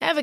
Ever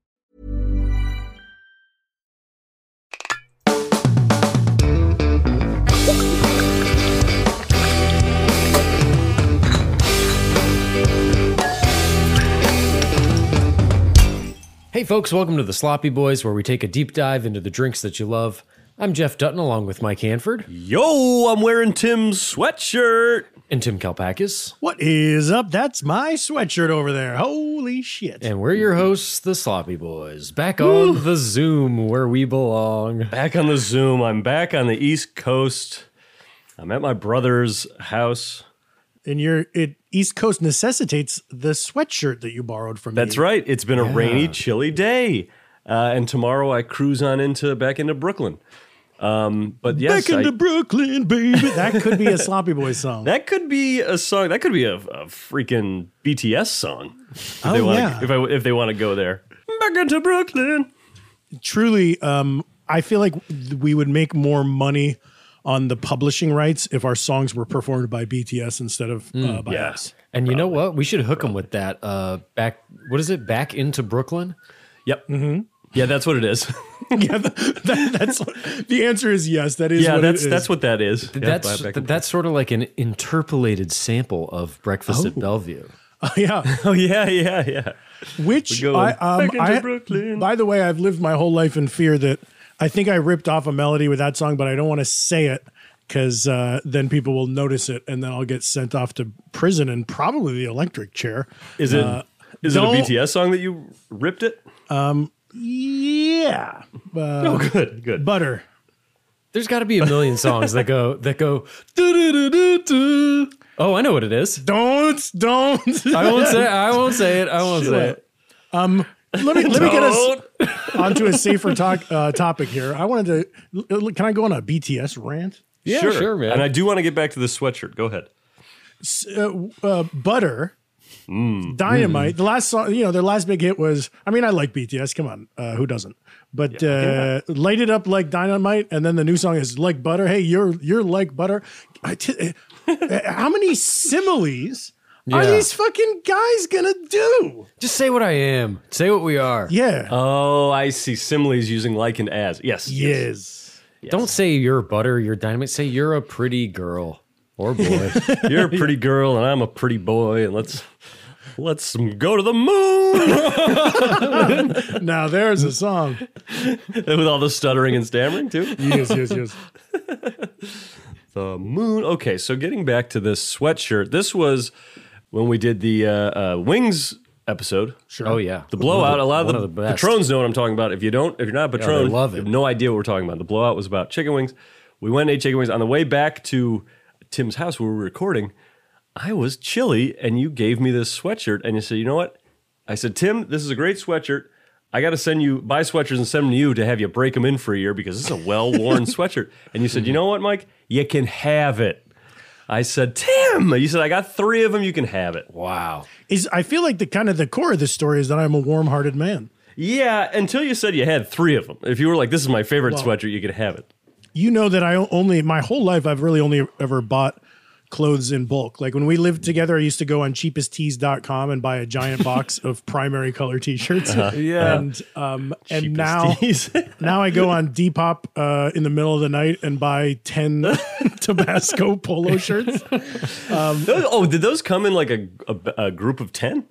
Hey, folks, welcome to the Sloppy Boys, where we take a deep dive into the drinks that you love. I'm Jeff Dutton, along with Mike Hanford Yo, I'm wearing Tim's sweatshirt. and Tim Kalpakis, What is up? That's my sweatshirt over there. Holy shit. and we're your hosts, the Sloppy Boys, back on the Zoom where we belong. Back on the Zoom. I'm back on the East Coast. I'm at my brother's house. And your it East Coast necessitates the sweatshirt that you borrowed from That's me. right. It's been a rainy, chilly day. Uh, and tomorrow I cruise on into back into Brooklyn. Um, but yes, Back into I- Brooklyn, baby. That could be a Sloppy Boy song. that could be a song. That could be a, a freaking BTS song. If they Oh, wanna, yeah. If, I, if they want to go there, back into Brooklyn. Truly, um, I feel like we would make more money on the publishing rights if our songs were performed by BTS instead of uh, by Hmm, Yeah. us. And you know what? We should hook them with that. Uh, back, what is it? Back into Brooklyn. Yep. Mm-hmm. Yeah, that's what it is. yeah, that, that- that's the answer is yes. That is yeah, what that's it is. that's what that is. Yeah, that's back th- into- that's sort of like an interpolated sample of Breakfast at Bellevue. yeah. oh yeah, yeah, yeah. Which go I, in. um, Back into I- Brooklyn. By the way, I've lived my whole life in fear that I think I ripped off a melody with that song, but I don't want to say it because uh, then people will notice it, and then I'll get sent off to prison and probably the electric chair. Uh, Is it? Is it a don't- BTS song that you ripped it? Yeah, Oh, good, good. butter. There's got to be a million songs that go that go. "Doo-doo-doo-doo-doo." Oh, I know what it is. Don't, don't. I won't say. I won't say it. I won't say it. let me let me get us onto a safer talk, uh, topic here. I wanted to. l- l- Can I go on a BTS rant? Yeah, sure, man. And I do want to get back to the sweatshirt. Go ahead. uh, Butter, Dynamite. The last song, you know, their last big hit was. I mean, I like BTS. Come on, uh, who doesn't? But uh, light it up like dynamite, and then the new song is like butter. Hey, you're you're like butter. I t- uh, how many similes are Yeah. these fucking guys gonna do? Just say what I am. Say what we are. Yeah. Oh, I see. Similes using like and as. Yes. yes. Don't say you're butter, you're dynamite. Say you're a pretty girl or boy. You're a pretty girl and I'm a pretty boy, and let's let's go to the moon Now there's a song. with all the stuttering and stammering too. Yes, yes, yes. The moon. Okay, so getting back to this sweatshirt, this was when we did the uh, uh, wings episode. Sure. oh yeah, The blowout. a lot of one the, best. patrons know what I'm talking about. If you don't, if you're not a they patron, love you it. have no idea what we're talking about. The blowout was about chicken wings. We went and ate chicken wings on the way back to Tim's house where we were recording. I was chilly, and you gave me this sweatshirt, and you said, "You know what?" I said, "Tim, this is a great sweatshirt. I got to send you buy sweatshirts and send them to you to have you break them in for a year because this is a well-worn sweatshirt." And you said, "You know what, Mike? You can have it." I said, "Tim," you said, "I got three of them. You can have it." Wow. Is I feel like the kind of the core of this story is that I'm a warm-hearted man. Yeah, until you said you had three of them. If you were like, "This is my favorite sweatshirt," you could have it. you know that I only my whole life I've really only ever bought clothes in bulk. Like when we lived together, I used to go on cheapesttees.com and buy a giant box of primary color t-shirts. Yeah. And um Uh-huh. and Cheapest now tees. now I go on Depop uh in the middle of the night and buy 10 Tabasco polo shirts. Those- oh, did those come in like a, a, a group of ten?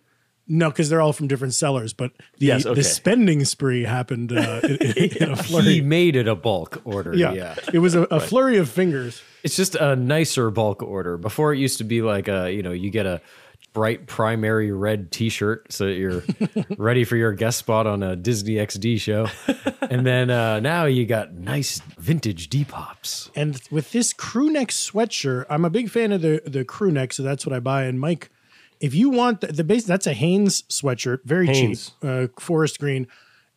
No, because they're all from different sellers. But the, Yes, okay. the spending spree happened uh, in, in- in a He flurry. made it a bulk order. Yeah. Yeah. it was a, a flurry of fingers. It's just a nicer bulk order. Before it used to be like a, you know, you get a bright primary red t-shirt so that you're ready for your guest spot on a Disney XD show. and then uh, now you got nice vintage deep hops. And with this crew neck sweatshirt, I'm a big fan of the the crew neck, so that's what I buy. And Mike, if you want the, the base, that's a Hanes sweatshirt, very Hanes. cheap, uh, forest green.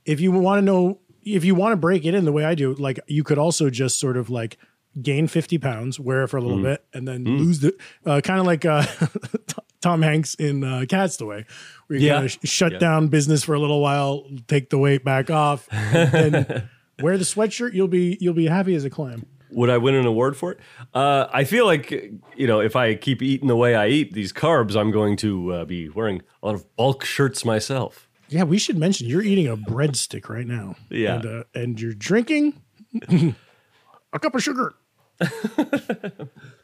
If you want to know, if you want to break it in the way I do, like you could also just sort of like gain 50 pounds, wear it for a Mm. little bit, and then lose the uh, kind of like uh, Tom Hanks in uh, Castaway, where you Yeah. kind of shut down business for a little while, take the weight back off, and then wear the sweatshirt. You'll be you'll be happy as a clam. Would I win an award for it? Uh, I feel like you know, if I keep eating the way I eat these carbs, I'm going to uh, be wearing a lot of bulk shirts myself. Yeah, we should mention you're eating a breadstick right now. Yeah. And, uh, and you're drinking a cup of sugar.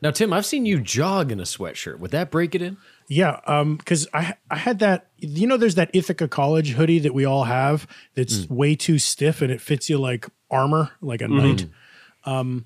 Now, Tim, I've seen you jog in a sweatshirt. Would that break it in? Yeah, um, because I I had that you know there's that Ithaca College hoodie that we all have that's way too stiff and it fits you like armor like a knight. Um,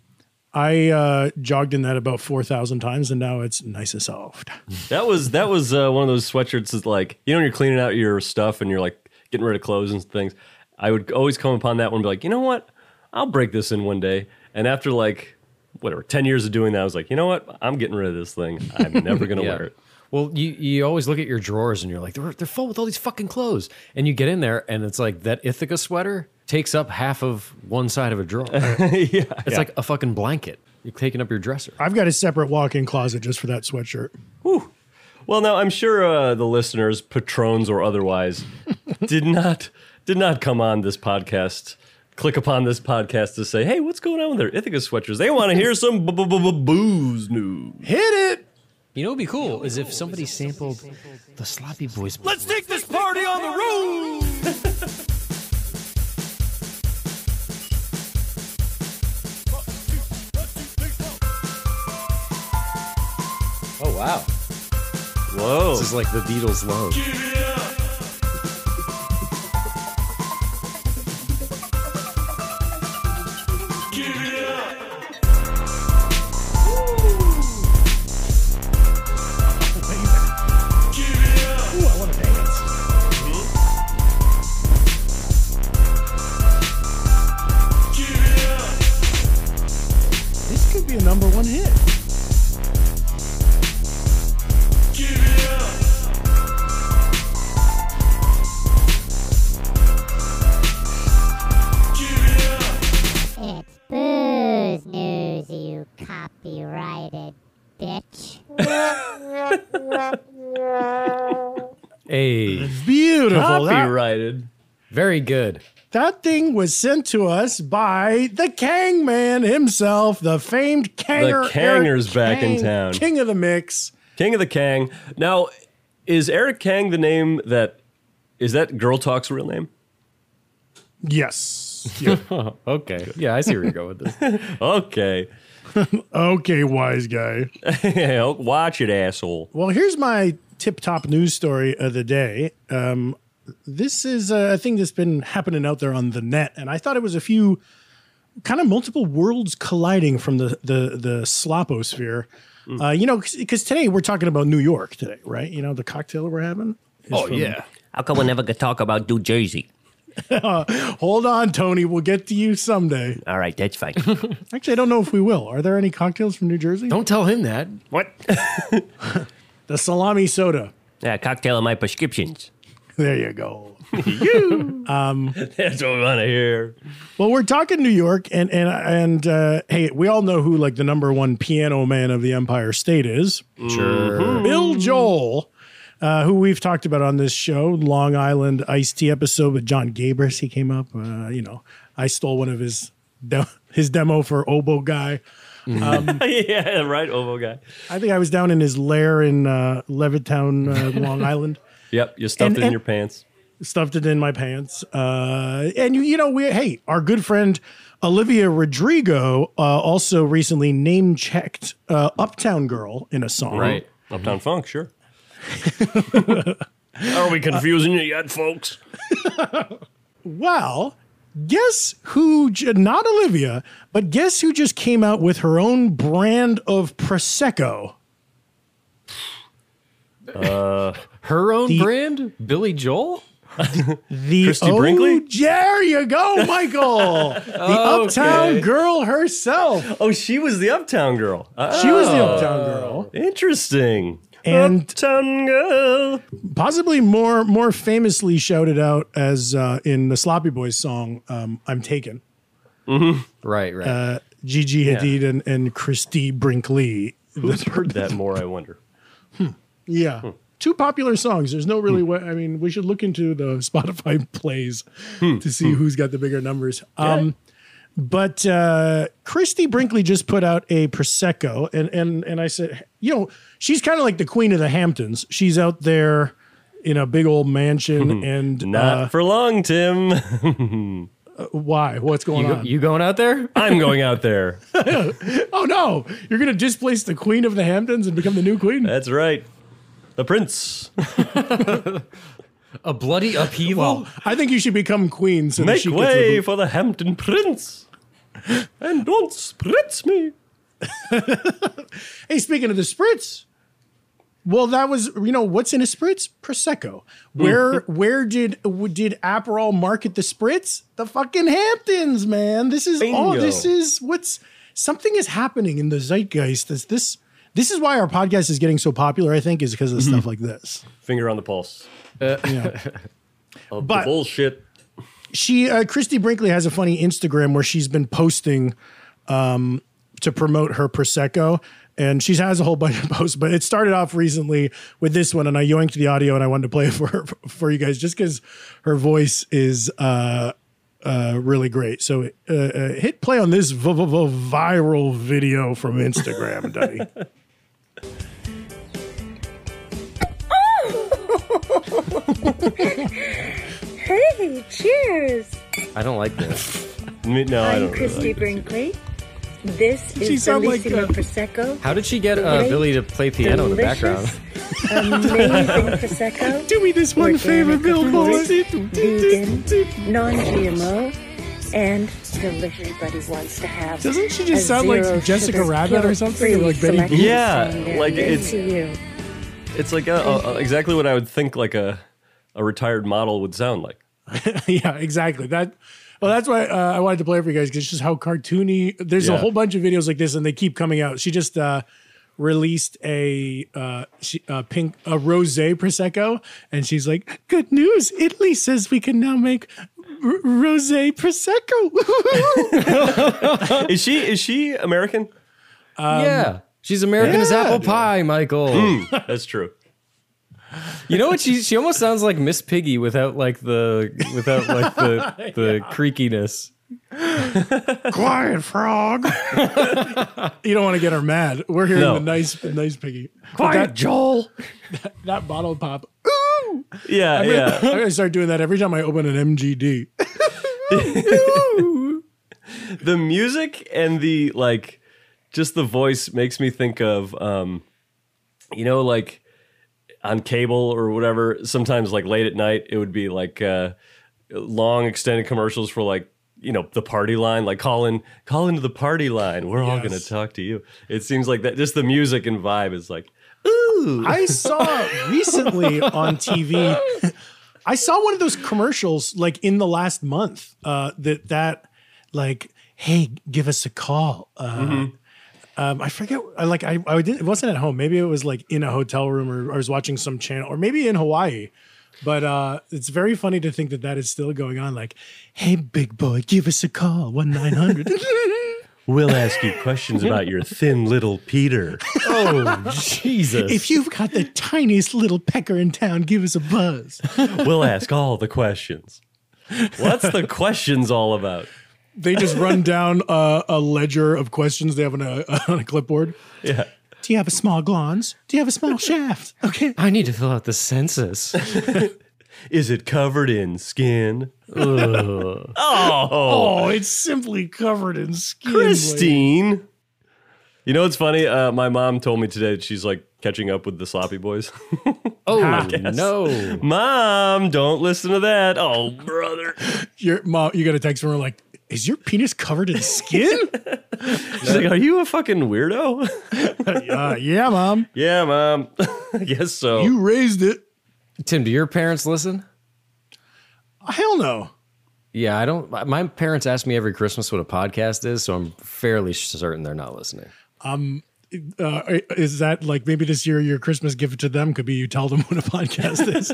I uh, jogged in that about four thousand times and now it's nice and soft. That was that was uh, one of those sweatshirts that's like you know when you're cleaning out your stuff and you're like getting rid of clothes and things. I would always come upon that one and be like, you know what? I'll break this in one day. And after like whatever ten years of doing that, I was like, you know what? I'm getting rid of this thing. I'm never gonna wear it. Well, you, you always look at your drawers and you're like, they're, they're full with all these fucking clothes. And you get in there and it's like that Ithaca sweater takes up half of one side of a drawer. yeah, It's like a fucking blanket. You're taking up your dresser. I've got a separate walk-in closet just for that sweatshirt. Well, now I'm sure uh, the listeners, patrons or otherwise, did not did not come on this podcast. Click upon this podcast to say, "Hey, what's going on with their Ithaca sweatshirts?" They want to hear some bu- bu- bu- bu- booze news. Hit it. You know what'd be cool is if somebody sampled the Sloppy Boys. Let's take this party on the road. Oh wow, Whoa! this is like the Beatles' love. This could be a number one hit. It's booze news, you copyrighted bitch. Hey, Beautiful. That- copyrighted. very good. That thing was sent to us by the Kang Man himself, the famed Kanger. The Kanger's Eric back in Kang, town. King of the mix. King of the Kang. Now, is Eric Kang the name that is that Girl Talk's real name? Yes. Okay, yeah, I see where you're going with this. Okay, okay, wise guy. watch it, asshole. Well, here's my tip top news story of the day. Um, this is a thing that's been happening out there on the net, and I thought it was a few kind of multiple worlds colliding from the the the sloposphere. Mm. Uh, you know, because today we're talking about New York today, right? You know, the cocktail we're having. Oh yeah, How come we never could talk about New Jersey? Hold on, Tony. We'll get to you someday. All right, that's fine. Actually, I don't know if we will. Are there any cocktails from New Jersey? don't tell him that. what? The salami soda. Yeah, cocktail of my prescriptions. There you go. That's what I want to hear. well, we're talking New York, and and and uh, hey, we all know who like the number one piano man of the Empire State is. Mm-hmm. Sure. Bill Joel, uh, who we've talked about on this show, Long Island Iced Tea episode with John Gabris. He came up. Uh, you know, I stole one of his de- his demo for Oboe Guy. yeah, right, Ovo guy. I think I was down in his lair in uh, Levittown, uh, Long Island. Yep, you stuffed it And- in and- your pants. stuffed it in my pants. Uh, and you, you know, we hey, our good friend Olivia Rodrigo uh, also recently name checked uh, "Uptown Girl" in a song. Right. Uptown Funk, sure. Are we confusing you yet, folks? Well, guess who, j- not Olivia, but guess who just came out with her own brand of Prosecco? Her own brand, Billy Joel. The Christie Brinkley? Oh, there you go, Michael. the Uptown Girl herself. Oh, she was the Uptown girl. Uh, She was the Uptown Girl. interesting. And- Uptown girl. Possibly more more famously shouted out as uh, in the Sloppy Boys song, um, I'm Taken. Right, right. Gigi Hadid and, and Christy Brinkley. Who's heard that more? I wonder. Yeah. Two popular songs. There's no really way. I mean, we should look into the Spotify plays to see who's got the bigger numbers. Um, but uh, Christy Brinkley just put out a prosecco, and and and I said, you know, she's kind of like the queen of the Hamptons. She's out there in a big old mansion, and Not uh, for long, Tim. why? What's going you, go- on? you going out there? I'm going out there. oh no, you're going to displace the queen of the Hamptons and become the new queen. That's right. The prince. A bloody upheaval. I think you should become queen so that Make she gets the way for the Hampton prince. And don't spritz me. Hey, speaking of the spritz, well, that was you know what's in a spritz? Prosecco. Where Mm. where did w- did Aperol market the spritz? The fucking Hamptons, man. This is all. Bingo. This is what's something is happening in the zeitgeist. This this this is why our podcast is getting so popular. I think is because of Mm-hmm. stuff like this. Finger on the pulse. Uh, Of But- the bullshit. she uh, Christy Brinkley has a funny Instagram where she's been posting um, to promote her prosecco, and she has a whole bunch of posts. But it started off recently with this one, and I yoinked the audio, and I wanted to play it for for you guys just because her voice is uh, uh, really great. So uh, uh, hit play on this v- v- v- viral video from Instagram, Duddy. Hey, cheers. I don't like this. Me- No, I I'm don't really Christy like this. Brinkley. This She is sound like, Bellissimo uh, Prosecco. How did she get uh, Great, Billy to play piano in the background? delicious, Amazing Prosecco. Do me this one Organic favor, Bill fruit, Vegan, Boy. non-GMO, and delicious. Everybody wants to have. Doesn't she a just sound like zero Jessica sugar, Rabbit or guilt-free something, or like Betty selection Boop? Yeah, from like, their it's- NCU. It's like a, a, a- exactly what I would think like a, a retired model would sound like. yeah, exactly. That. Well, that's why uh, I wanted to play it for you guys because it's just how cartoony. There's a Yeah. whole bunch of videos like this, and they keep coming out. She just uh, released a uh, she, uh, pink a rose prosecco, and she's like, "Good news! Italy says we can now make." R- Rose Prosecco. Is she is she American? yeah. Um, She's American as Yeah, apple dude. pie, Michael. Mm. Hmm, That's true. You know what? She she almost sounds like Miss Piggy without like the without like the the creakiness. Quiet frog. you don't want to get her mad. We're hearing No. the nice, the nice piggy. But that, Joel. that bottle pop. Yeah, Yeah. yeah. I'm gonna start doing that every time I open an MGD. the music and the like just the voice makes me think of um you know like on cable or whatever sometimes like late at night it would be like uh long extended commercials for like you know the party line like call in call into the party line we're all gonna Yes. talk to you it seems like that just the music and vibe is like ooh I saw recently on TV. I saw one of those commercials like in the last month. Uh, that that like, hey, give us a call. Uh, um, I forget. I like I I didn't. It wasn't at home. Maybe it was like in a hotel room, or I was watching some channel, or maybe in Hawaii. But uh, it's very funny to think that that is still going on. Like, hey, big boy, give us a call one nine hundred. we'll ask you questions about your thin little peter Oh Jesus. If you've got the tiniest little pecker in town, give us a buzz. we'll ask all the questions what's the questions all about They just run down a, a ledger of questions they have on a, on a clipboard. yeah Do you have a small glans? Do you have a small shaft? Okay. I need to fill out the census. Is it covered in skin? Oh, it's simply Oh, covered in skin. Christine. You know what's funny? Uh, my mom told me today that she's like catching up with the Sloppy Boys. Oh no! mom, don't listen to that. Oh, brother. Your mom, you got a text from her like, "Is your penis covered in skin?" She's like, are you a fucking weirdo? uh, yeah, mom, yeah, mom. I guess so. you raised it. Tim, do your parents listen? Oh, Hell no. Yeah, I don't. my- My parents ask me every Christmas what a podcast is, so I'm fairly certain they're not listening. Uh, is that like maybe this year your Christmas gift to them could be you tell them what a podcast is?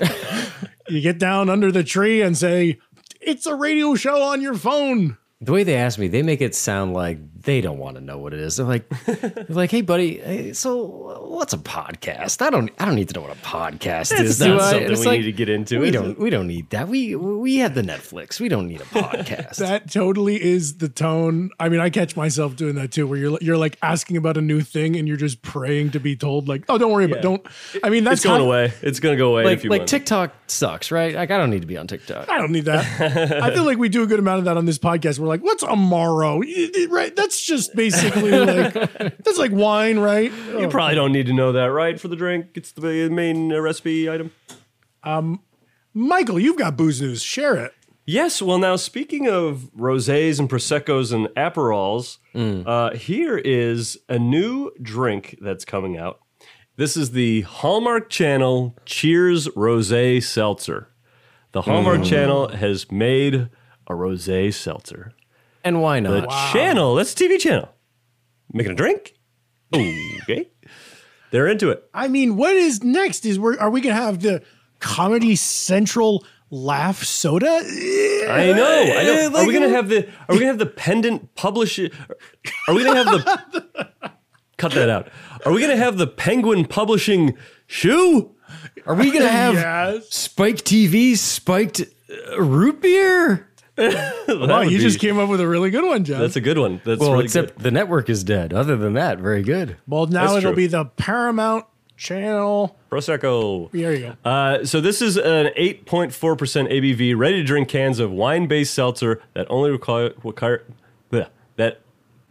you get down under the tree and say, "It's a radio show on your phone." The way they ask me, they make it sound like they don't want to know what it is. They're like, they're like, "Hey, buddy, hey, so what's a podcast? I don't, I don't need to know what a podcast is. not do I?" something And it's we need to get into, We is don't, we don't need that. We we have the Netflix. We don't need a podcast. That totally is the tone. I mean, I catch myself doing that too, where you're you're like asking about a new thing and you're just praying to be told, like, "Oh, don't worry about, don't." I mean, that's it's going kind of- away. It's going to go away in a like few like months. TikTok sucks, right? Like I don't need to be on TikTok. I don't need that. I feel like we do a good amount of that on this podcast. We're like, "What's amaro?" Right? That's just basically like that's like wine, right? you probably don't need to know that, right? For the drink, it's the main uh, recipe item. Michael, you've got booze news. Share it. Yes. Well, now speaking of rosés and proseccos and aperols, uh, here is a new drink that's coming out. This is the Hallmark Channel Cheers Rosé Seltzer. The Hallmark Channel has made a rosé seltzer. And why The not? channel, that's a TV channel. Making a drink? Okay. They're into it. I mean, what is next? Is we are we gonna have the Comedy Central laugh soda? Eh, I know. I know. are we gonna have the? Are we gonna have the pendant publish? Are we gonna have the? cut that out. Are we gonna have the Penguin Publishing shoe? Are we gonna have Yes. Spike TV spiked uh, root beer? Wow, Oh, you would just be- came up with a really good one, John. That's a good one. That's Well, really except the network is dead. Other than that, very good. well, now that's it'll true. be the Paramount Channel. good. prosecco. There you go. Uh, so this is an 8.4% ABV ready-to-drink cans of wine-based seltzer that only require, require bleh, that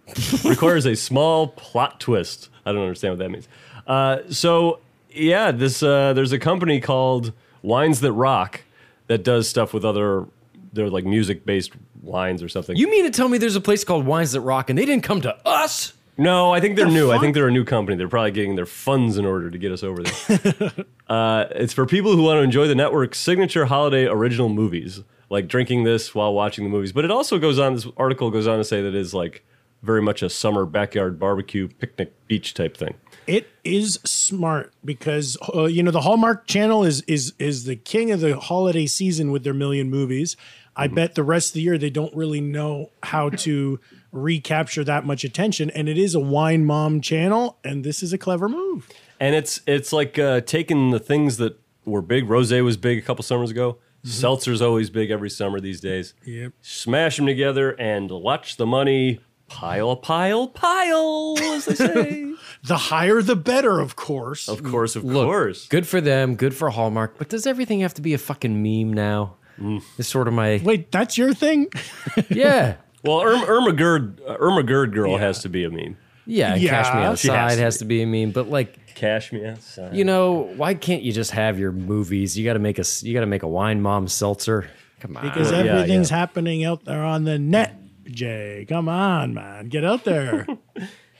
requires a small plot twist. I don't understand what that means. Uh, so yeah, this uh, there's a company called Wines That Rock that does stuff with other they're like music-based wines or something. You mean to tell me there's a place called Wines That Rock and they didn't come to us? No, I think they're new. I think they're a new company. They're probably getting their funds in order to get us over there. uh, it's for people who want to enjoy the network's signature holiday original movies, like drinking this while watching the movies. But it also goes on, this article goes on to say that it is like very much a summer backyard barbecue, picnic, beach type thing. It is smart because uh, you know the Hallmark Channel is is is the king of the holiday season with their million movies. I Mm-hmm. bet the rest of the year they don't really know how to recapture that much attention, and it is a wine mom channel, and this is a clever move. And it's it's like uh, taking the things that were big. Rose was big a couple summers ago. Seltzer's always big every summer these days. Yep. Smash them together and watch the money pile, pile, pile, as they say. The higher the better, of course. Of course, of Look, course. good for them, good for Hallmark, but does everything have to be a fucking meme now? It's sort of my Wait, that's your thing? yeah. Well, Irma, Irma Gerd, uh, Irma Gerd girl has to be a meme. Yeah, and Cash Me Yeah. She has Outside to has to be a meme, but like Cash me outside. you know, why can't you just have your movies? You got to make a s- you got to make a wine mom seltzer. Come on, Because everything's happening out there on the net. Jay, come on, man, get out there.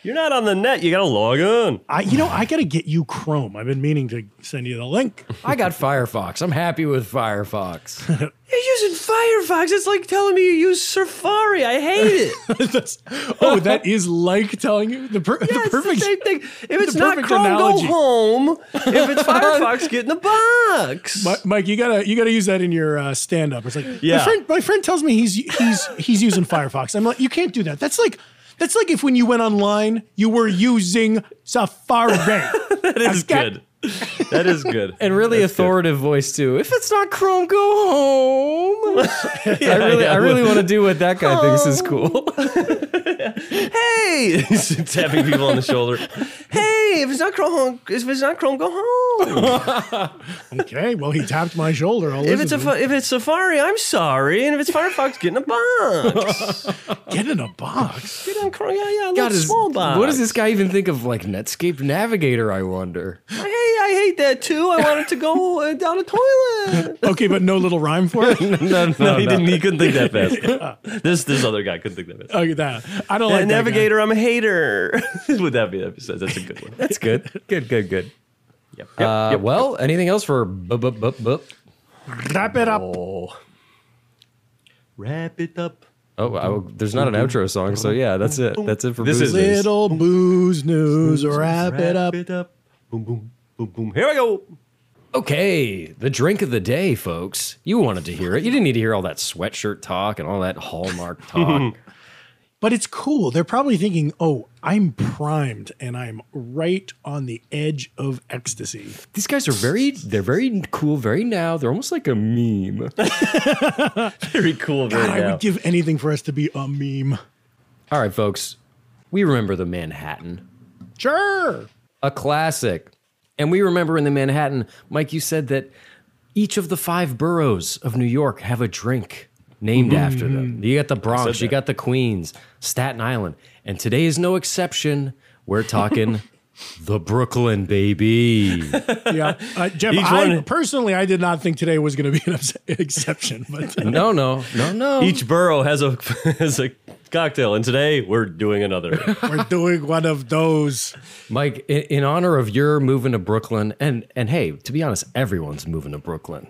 You're not on the net. You gotta log on. I, you know, I gotta get you Chrome. I've been meaning to send you the link. I got Firefox. I'm happy with Firefox. You're using Firefox. It's like telling me you use Safari. I hate it. That's- oh, that is like telling you the, per- the perfect. thing. If it's the not perfect Chrome, go analogy. home. If it's Firefox, get in the box. Mi- Uh, Mike, you gotta you gotta use that in your uh, stand up. It's like my Yeah. friend my friend tells me he's he's he's using Firefox. I'm like, you can't do that. That's like that's like if when you went online, you were using Safari. that That's good. That is good. and really authoritative voice too. If it's not Chrome, go home. I really, I really want to do what that guy thinks is cool. hey, tapping people on the shoulder. Hey, if it's not Chrome, if it's not Chrome, go home. Okay, well, he tapped my shoulder. I'll If it's a listen to fa- if it's Safari, I'm sorry, and if it's Firefox, get in a box. him. get in a box. get in, cro- yeah, yeah, a God, little is- small box. what does this guy even think of like Netscape Navigator? I wonder. Hey, I hate that too. I wanted to go uh, down a toilet. Okay, but no little rhyme for it. no, no, he didn't. He couldn't think that fast. this this other guy couldn't think that fast. Okay, that I don't like Uh, that guy. navigator, I'm a hater. Would that be episode? That's a good one. That's good. good. Good. Good. Yep. yep, Uh, yep. well, anything else for bup bup bup bup? Wrap it up. Wrap it up. Oh, I, there's not an outro song, so yeah, that's it. That's it for This is Boozers. Little booze news. Wrap it up. Wrap it up. Boom boom boom boom. Here we go. Okay, the drink of the day, folks. You wanted to hear it. You didn't need to hear all that sweatshirt talk and all that Hallmark talk. But it's cool. They're probably thinking, "Oh, I'm primed and I'm right on the edge of ecstasy." These guys are very, they're very cool, very now. They're almost like a meme. Very cool. Very God, I now. would give anything for us to be a meme. all right, folks. We remember the Manhattan, Sure. a classic. And we remember in the Manhattan, Mike, you said that each of the five boroughs of New York have a drink named after them. You got the Bronx, you got the Queens, Staten Island. And today is no exception. We're talking the Brooklyn, baby. Yeah, uh, Jeff. Each I, one- personally, I did not think today was going to be an obs- exception, but No, no, no, no. Each borough has a has a cocktail, and today we're doing another. we're doing one of those. Mike, in, in honor of your moving to Brooklyn, and and hey, to be honest, everyone's moving to Brooklyn.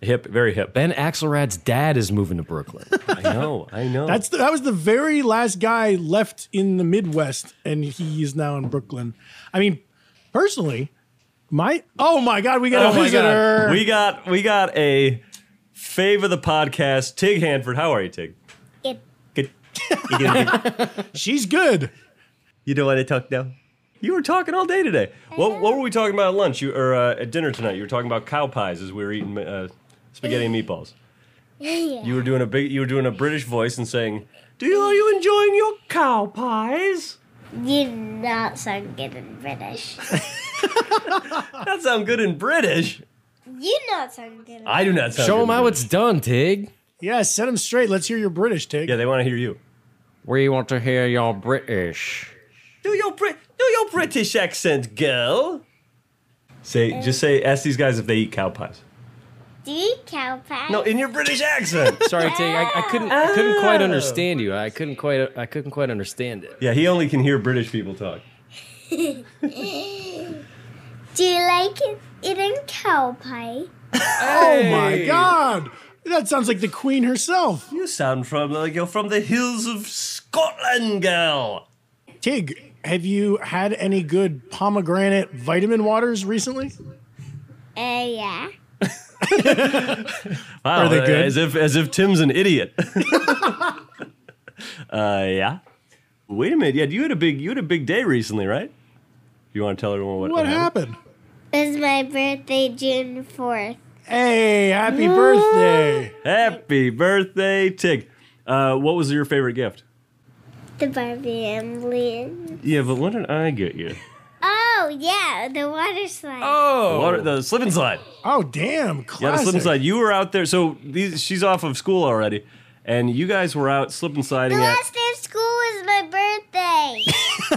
hip, very hip. Ben Axelrad's dad is moving to Brooklyn. I know, I know. That's the, that was the very last guy left in the Midwest, and he is now in Brooklyn. I mean, personally, my oh my god, we got oh a my visitor. god, we got we got a fave of the podcast, Tig Hanford. How are you, Tig? Good. Good. You gonna be- She's good. you don't want to talk now. You were talking all day today. What what were we talking about at lunch? You or uh, at dinner tonight? You were talking about cow pies as we were eating uh, spaghetti and meatballs. You were doing a big. You were doing a British voice and saying, "Do you are you enjoying your cow pies?" You do not sound good in British. That sound good in British. you not sound good. In I do not sound Show good him in how British. it's done, Tig. Yeah, set him straight. Let's hear your British take. Yeah, they want to hear you. We want to hear your British. Do your Brit, do your British accent, girl. Say, just say, ask these guys if they eat cow pies. Do you eat cow pie? No, in your British accent. Sorry, Tig, I, I couldn't I couldn't quite understand you. I couldn't quite I couldn't quite understand it. yeah, he only can hear British people talk. Do you like it, eating cow pie? Oh my god, that sounds like the Queen herself. You sound from like you're from the hills of Scotland, girl. Tig, have you had any good pomegranate vitamin waters recently? Uh, yeah. Wow, uh, Are they good? As if as if Tim's an idiot. uh, yeah. Wait a minute. Yeah, you had a big you had a big day recently, right? You want to tell everyone what, What happened? It's my birthday, June 4th. Hey, happy birthday! Happy birthday, Tig. Uh, what was your favorite gift? The Barbie emblem. Yeah, but what did I get you? Oh, yeah, the water slide. The, water, the slip and slide. Oh damn, Oh. classic. Yeah, the slip and slide. You were out there. So these, she's off of school already, and you guys were out slip and sliding. the At, last day of school was my birthday.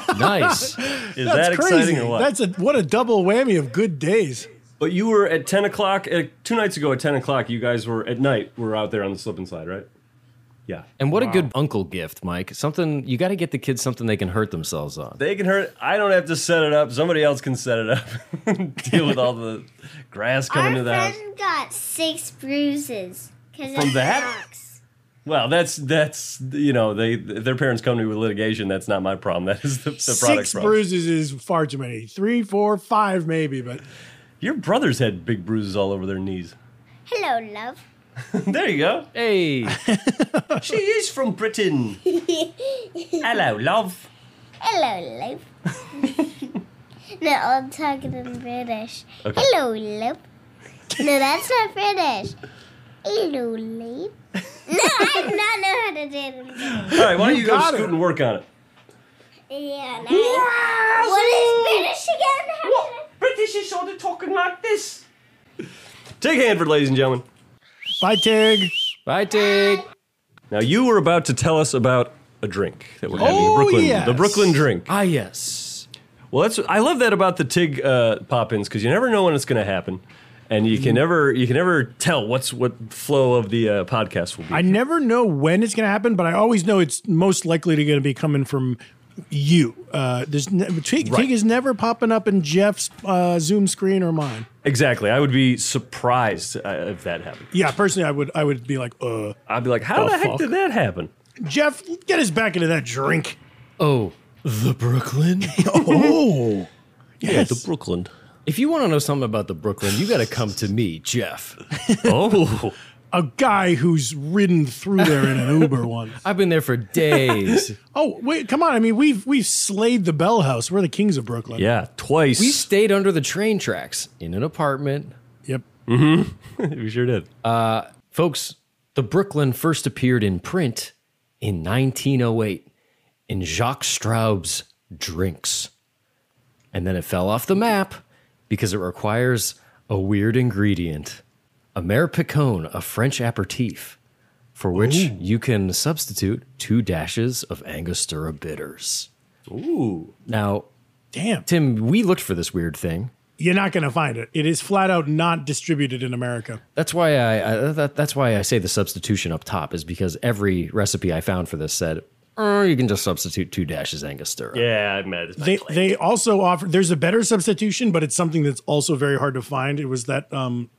is Nice. That's that crazy. exciting or what? That's a what a double whammy of good days. but you were at ten o'clock uh, two nights ago. At ten o'clock, you guys were at night. Were out there on the slip and slide, right? Yeah. And what a good uncle gift, Mike. Something you gotta get the kids something they can hurt themselves on. They can hurt. I don't have to set it up. Somebody else can set it up. Deal with all the grass coming Our to the house. friend got six bruises. Cause From of that? rocks. Well, that's that's you know they their parents come to me with litigation. That's not my problem. That is the, the product's Six problem. bruises is far too many. Three, four, five, maybe. But Your brothers had big bruises all over their knees. Hello, love. There you go. Hey. She is from Britain. Hello, love. Hello, love. no, I'm talking in British. Okay. Hello, love. No, that's not British. Hello, love. No, I do not know how to do it in British. All right, why don't you, go got scoot it. and work on it? Yeah, nice. What is British again? How do I- British is you sort of talking like this? Tig Hanford, ladies and gentlemen. Bye, Tig. Bye, Tig. Now you were about to tell us about a drink that we're having Oh, in Brooklyn. yes. The Brooklyn drink. Ah, yes. Well, that's I love that about the Tig uh, Poppins because you never know when it's going to happen, and you can never you can never tell what's what flow of the uh, podcast will be. I never know when it's going to happen, but I always know it's most likely to going to be coming from you. Uh, there's ne- Tig, Right. Tig is never popping up in Jeff's uh, Zoom screen or mine. exactly, I would be surprised uh, if that happened. Yeah, personally, I would I would be like, uh, I'd be like, how the, The heck fuck? did that happen? Jeff, get us back into that drink. Oh, the Brooklyn? oh, yes. Brooklyn. if you want to know something about the Brooklyn, you got to come to me, Jeff. Oh, a guy who's ridden through there in an Uber once. I've been there for days. Oh wait, come on! I mean, we've we've slayed the Bell House. We're the kings of Brooklyn. yeah, twice. we stayed under the train tracks in an apartment. Yep. we sure did. Folks, the Brooklyn first appeared in print in 1908 in Jacques Straub's Drinks. And then it fell off the map because it requires a weird ingredient Ameripicone, a French aperitif, for which you can substitute two dashes of Angostura bitters. Ooh, Now, Damn, Tim, we looked for this weird thing. you're not gonna find it. It is flat out not distributed in America. That's why I, I that, that's why I say the substitution up top is because every recipe I found for this said, oh, you can just substitute two dashes Angostura. yeah, I met. They they also offer. There's a better substitution, but it's something that's also very hard to find. It was that um,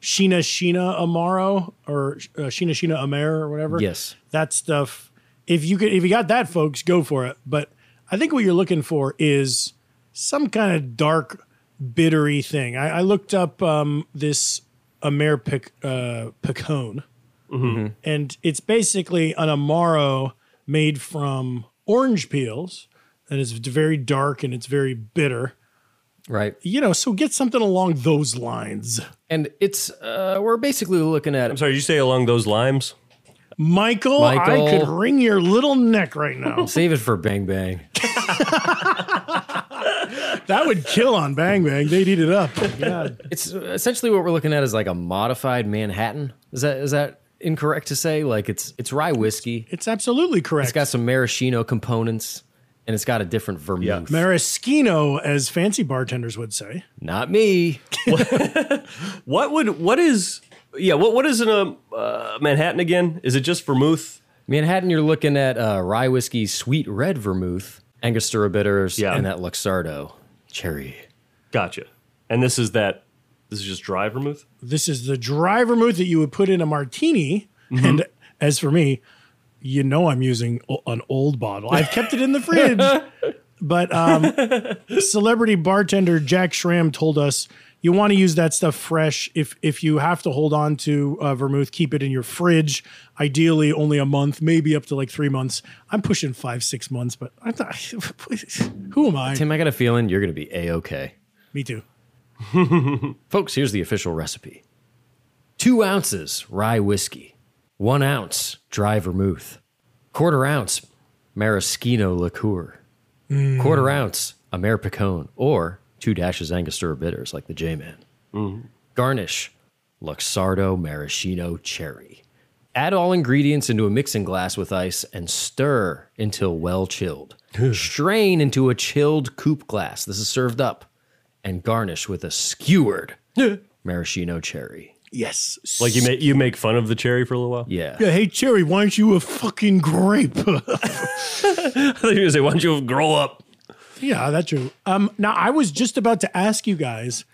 Sheena Sheena Amaro or uh, Sheena Sheena Amer or whatever. Yes. that stuff. If you could, if you got that, folks, go for it. But I think what you're looking for is some kind of dark, bittery thing. I, I looked up um, this Amer pic, uh, Picone, and it's basically an Amaro made from orange peels, and it's very dark and it's very bitter. Right. You know, so get something along those lines. And it's uh, we're basically looking I'm at sorry, you say along those limes? Michael, I could Michael. wring your little neck right now. save it for Bang Bang. that would kill on Bang Bang. They'd eat it up. It's uh, essentially what we're looking at is like a modified Manhattan. Is that is that incorrect to say? Like it's it's rye whiskey. It's absolutely correct. It's got some maraschino components, and it's got a different vermouth. maraschino, as fancy bartenders would say. Not me. What would what is yeah? What what is in a uh, Manhattan again? Is it just vermouth? Manhattan, you're looking at uh, rye whiskey, sweet red vermouth, Angostura bitters, Yeah. and that Luxardo cherry. Gotcha. And this is that. This is just dry vermouth. This is the dry vermouth that you would put in a martini. Mm-hmm. And as for me, you know I'm using o- an old bottle. I've kept it in the fridge. But um, celebrity bartender Jack Schramm told us you want to use that stuff fresh. If if you have to hold on to uh, vermouth, keep it in your fridge. Ideally, only a month, maybe up to like three months. I'm pushing five, six months, but I'm not. who am I? Tim, I got a feeling you're going to be a okay. Me too. Folks, here's the official recipe two ounces rye whiskey, one ounce dry vermouth, quarter ounce maraschino liqueur, quarter ounce Ameripicone, or two dashes Angostura bitters like the J Man. Garnish Luxardo maraschino cherry. Add all ingredients into a mixing glass with ice and stir until well chilled. Hmm. Strain into a chilled coupe glass. This is served up and garnish with a skewered maraschino cherry. Yes. Like you make you make fun of the cherry for a little while. Yeah. Yeah, hey Cherry, why aren't you a fucking grape? I thought you were gonna say, "Why don't you grow up?" yeah, that's true. Um, now I was just about to ask you guys.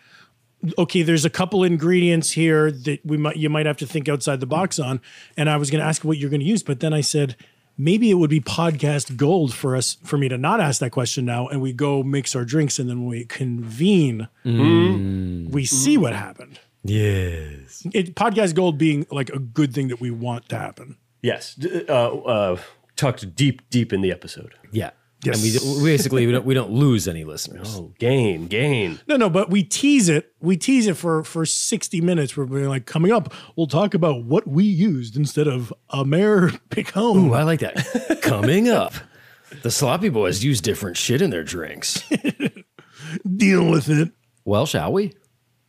Okay, there's a couple ingredients here that we might you might have to think outside the box on, and I was going to ask what you're going to use, but then I said maybe it would be podcast gold for us for me to not ask that question now, and we go mix our drinks, and then when we convene, Mm. we see what happened. Yes, it, podcast gold being like a good thing that we want to happen. Yes, d- uh, uh, tucked deep, deep in the episode. Yeah. Yes. And we basically we don't we don't lose any listeners. Oh, gain, gain. No, no, but we tease it. We tease it for for sixty minutes. We're being like, coming up, we'll talk about what we used instead of a mare picone. Ooh, I like that. Coming up, the sloppy boys use different shit in their drinks. Deal with it. Well, shall we?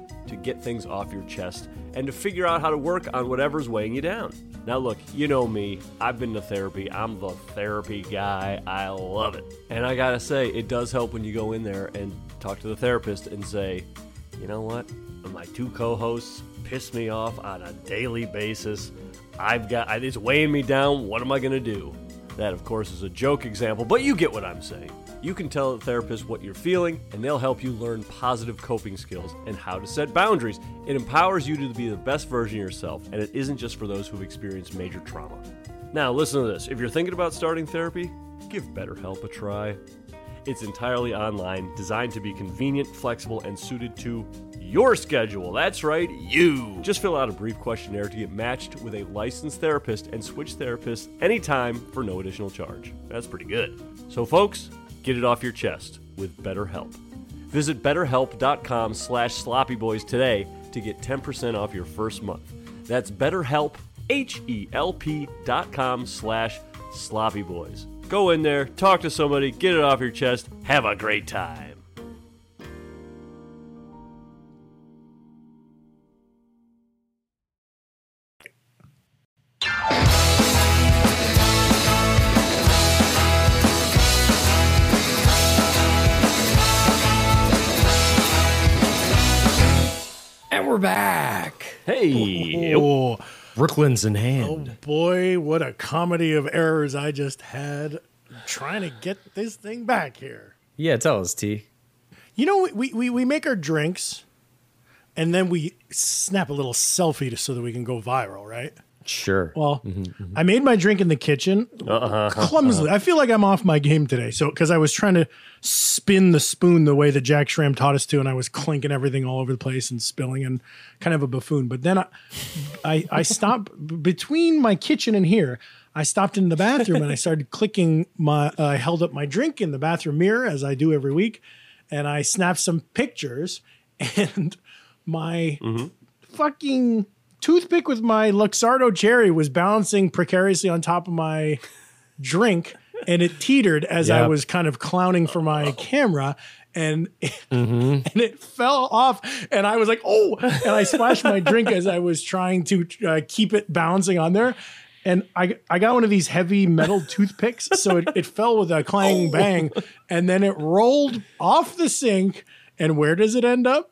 to get things off your chest and to figure out how to work on whatever's weighing you down. Now, look, you know me. I've been to therapy. I'm the therapy guy. I love it. And I gotta say, it does help when you go in there and talk to the therapist and say, you know what? My two co hosts piss me off on a daily basis. I've got, it's weighing me down. What am I gonna do? That, of course, is a joke example, but you get what I'm saying. You can tell the therapist what you're feeling, and they'll help you learn positive coping skills and how to set boundaries. It empowers you to be the best version of yourself, and it isn't just for those who've experienced major trauma. Now, listen to this if you're thinking about starting therapy, give BetterHelp a try. It's entirely online, designed to be convenient, flexible, and suited to your schedule. That's right, you. Just fill out a brief questionnaire to get matched with a licensed therapist and switch therapists anytime for no additional charge. That's pretty good. So, folks, get it off your chest with BetterHelp. Visit betterhelp.com slash sloppyboys today to get 10% off your first month. That's betterhelp, H-E-L-P dot com slash sloppyboys. Go in there, talk to somebody, get it off your chest, have a great time. And we're back. Hey. Oh, Brooklyn's in hand. oh boy, what a comedy of errors I just had trying to get this thing back here. Yeah, tell us, T. You know, we, we, we make our drinks and then we snap a little selfie to, so that we can go viral, right? Sure. Well, I made my drink in the kitchen clumsily. I feel like I'm off my game today. So, because I was trying to spin the spoon the way that Jack Schramm taught us to, and I was clinking everything all over the place and spilling and kind of a buffoon. But then I, I, I stopped b- between my kitchen and here. I stopped in the bathroom and I started clicking my. uh, I held up my drink in the bathroom mirror as I do every week, and I snapped some pictures. And my fucking toothpick with my Luxardo cherry was balancing precariously on top of my drink and it teetered as I Yep. was kind of clowning for my camera and and it fell off and I was like oh and I splashed my drink as I was trying to uh, keep it balancing on there and I, I got one of these heavy metal toothpicks so it, it fell with a clang bang and then it rolled off the sink And where does it end up?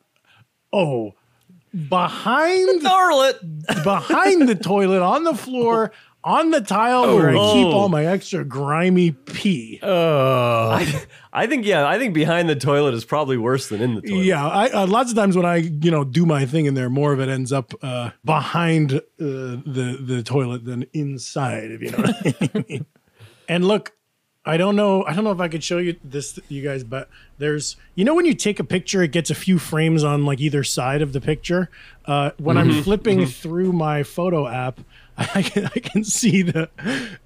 Oh, behind the toilet, behind the toilet, on the floor, on the tile where I keep Oh. all my extra grimy pee. Oh, I, I think yeah, I think behind the toilet is probably worse than in the toilet. Yeah, I, uh, lots of times when I you know do my thing in there, more of it ends up uh, behind uh, the the toilet than inside, if you know. What I mean. And look, I don't know, I don't know if I could show you this, you guys, but there's you know when you take a picture, it gets a few frames on like either side of the picture. Uh, when I'm Mhm, flipping mhm. through my photo app. I can, I can see the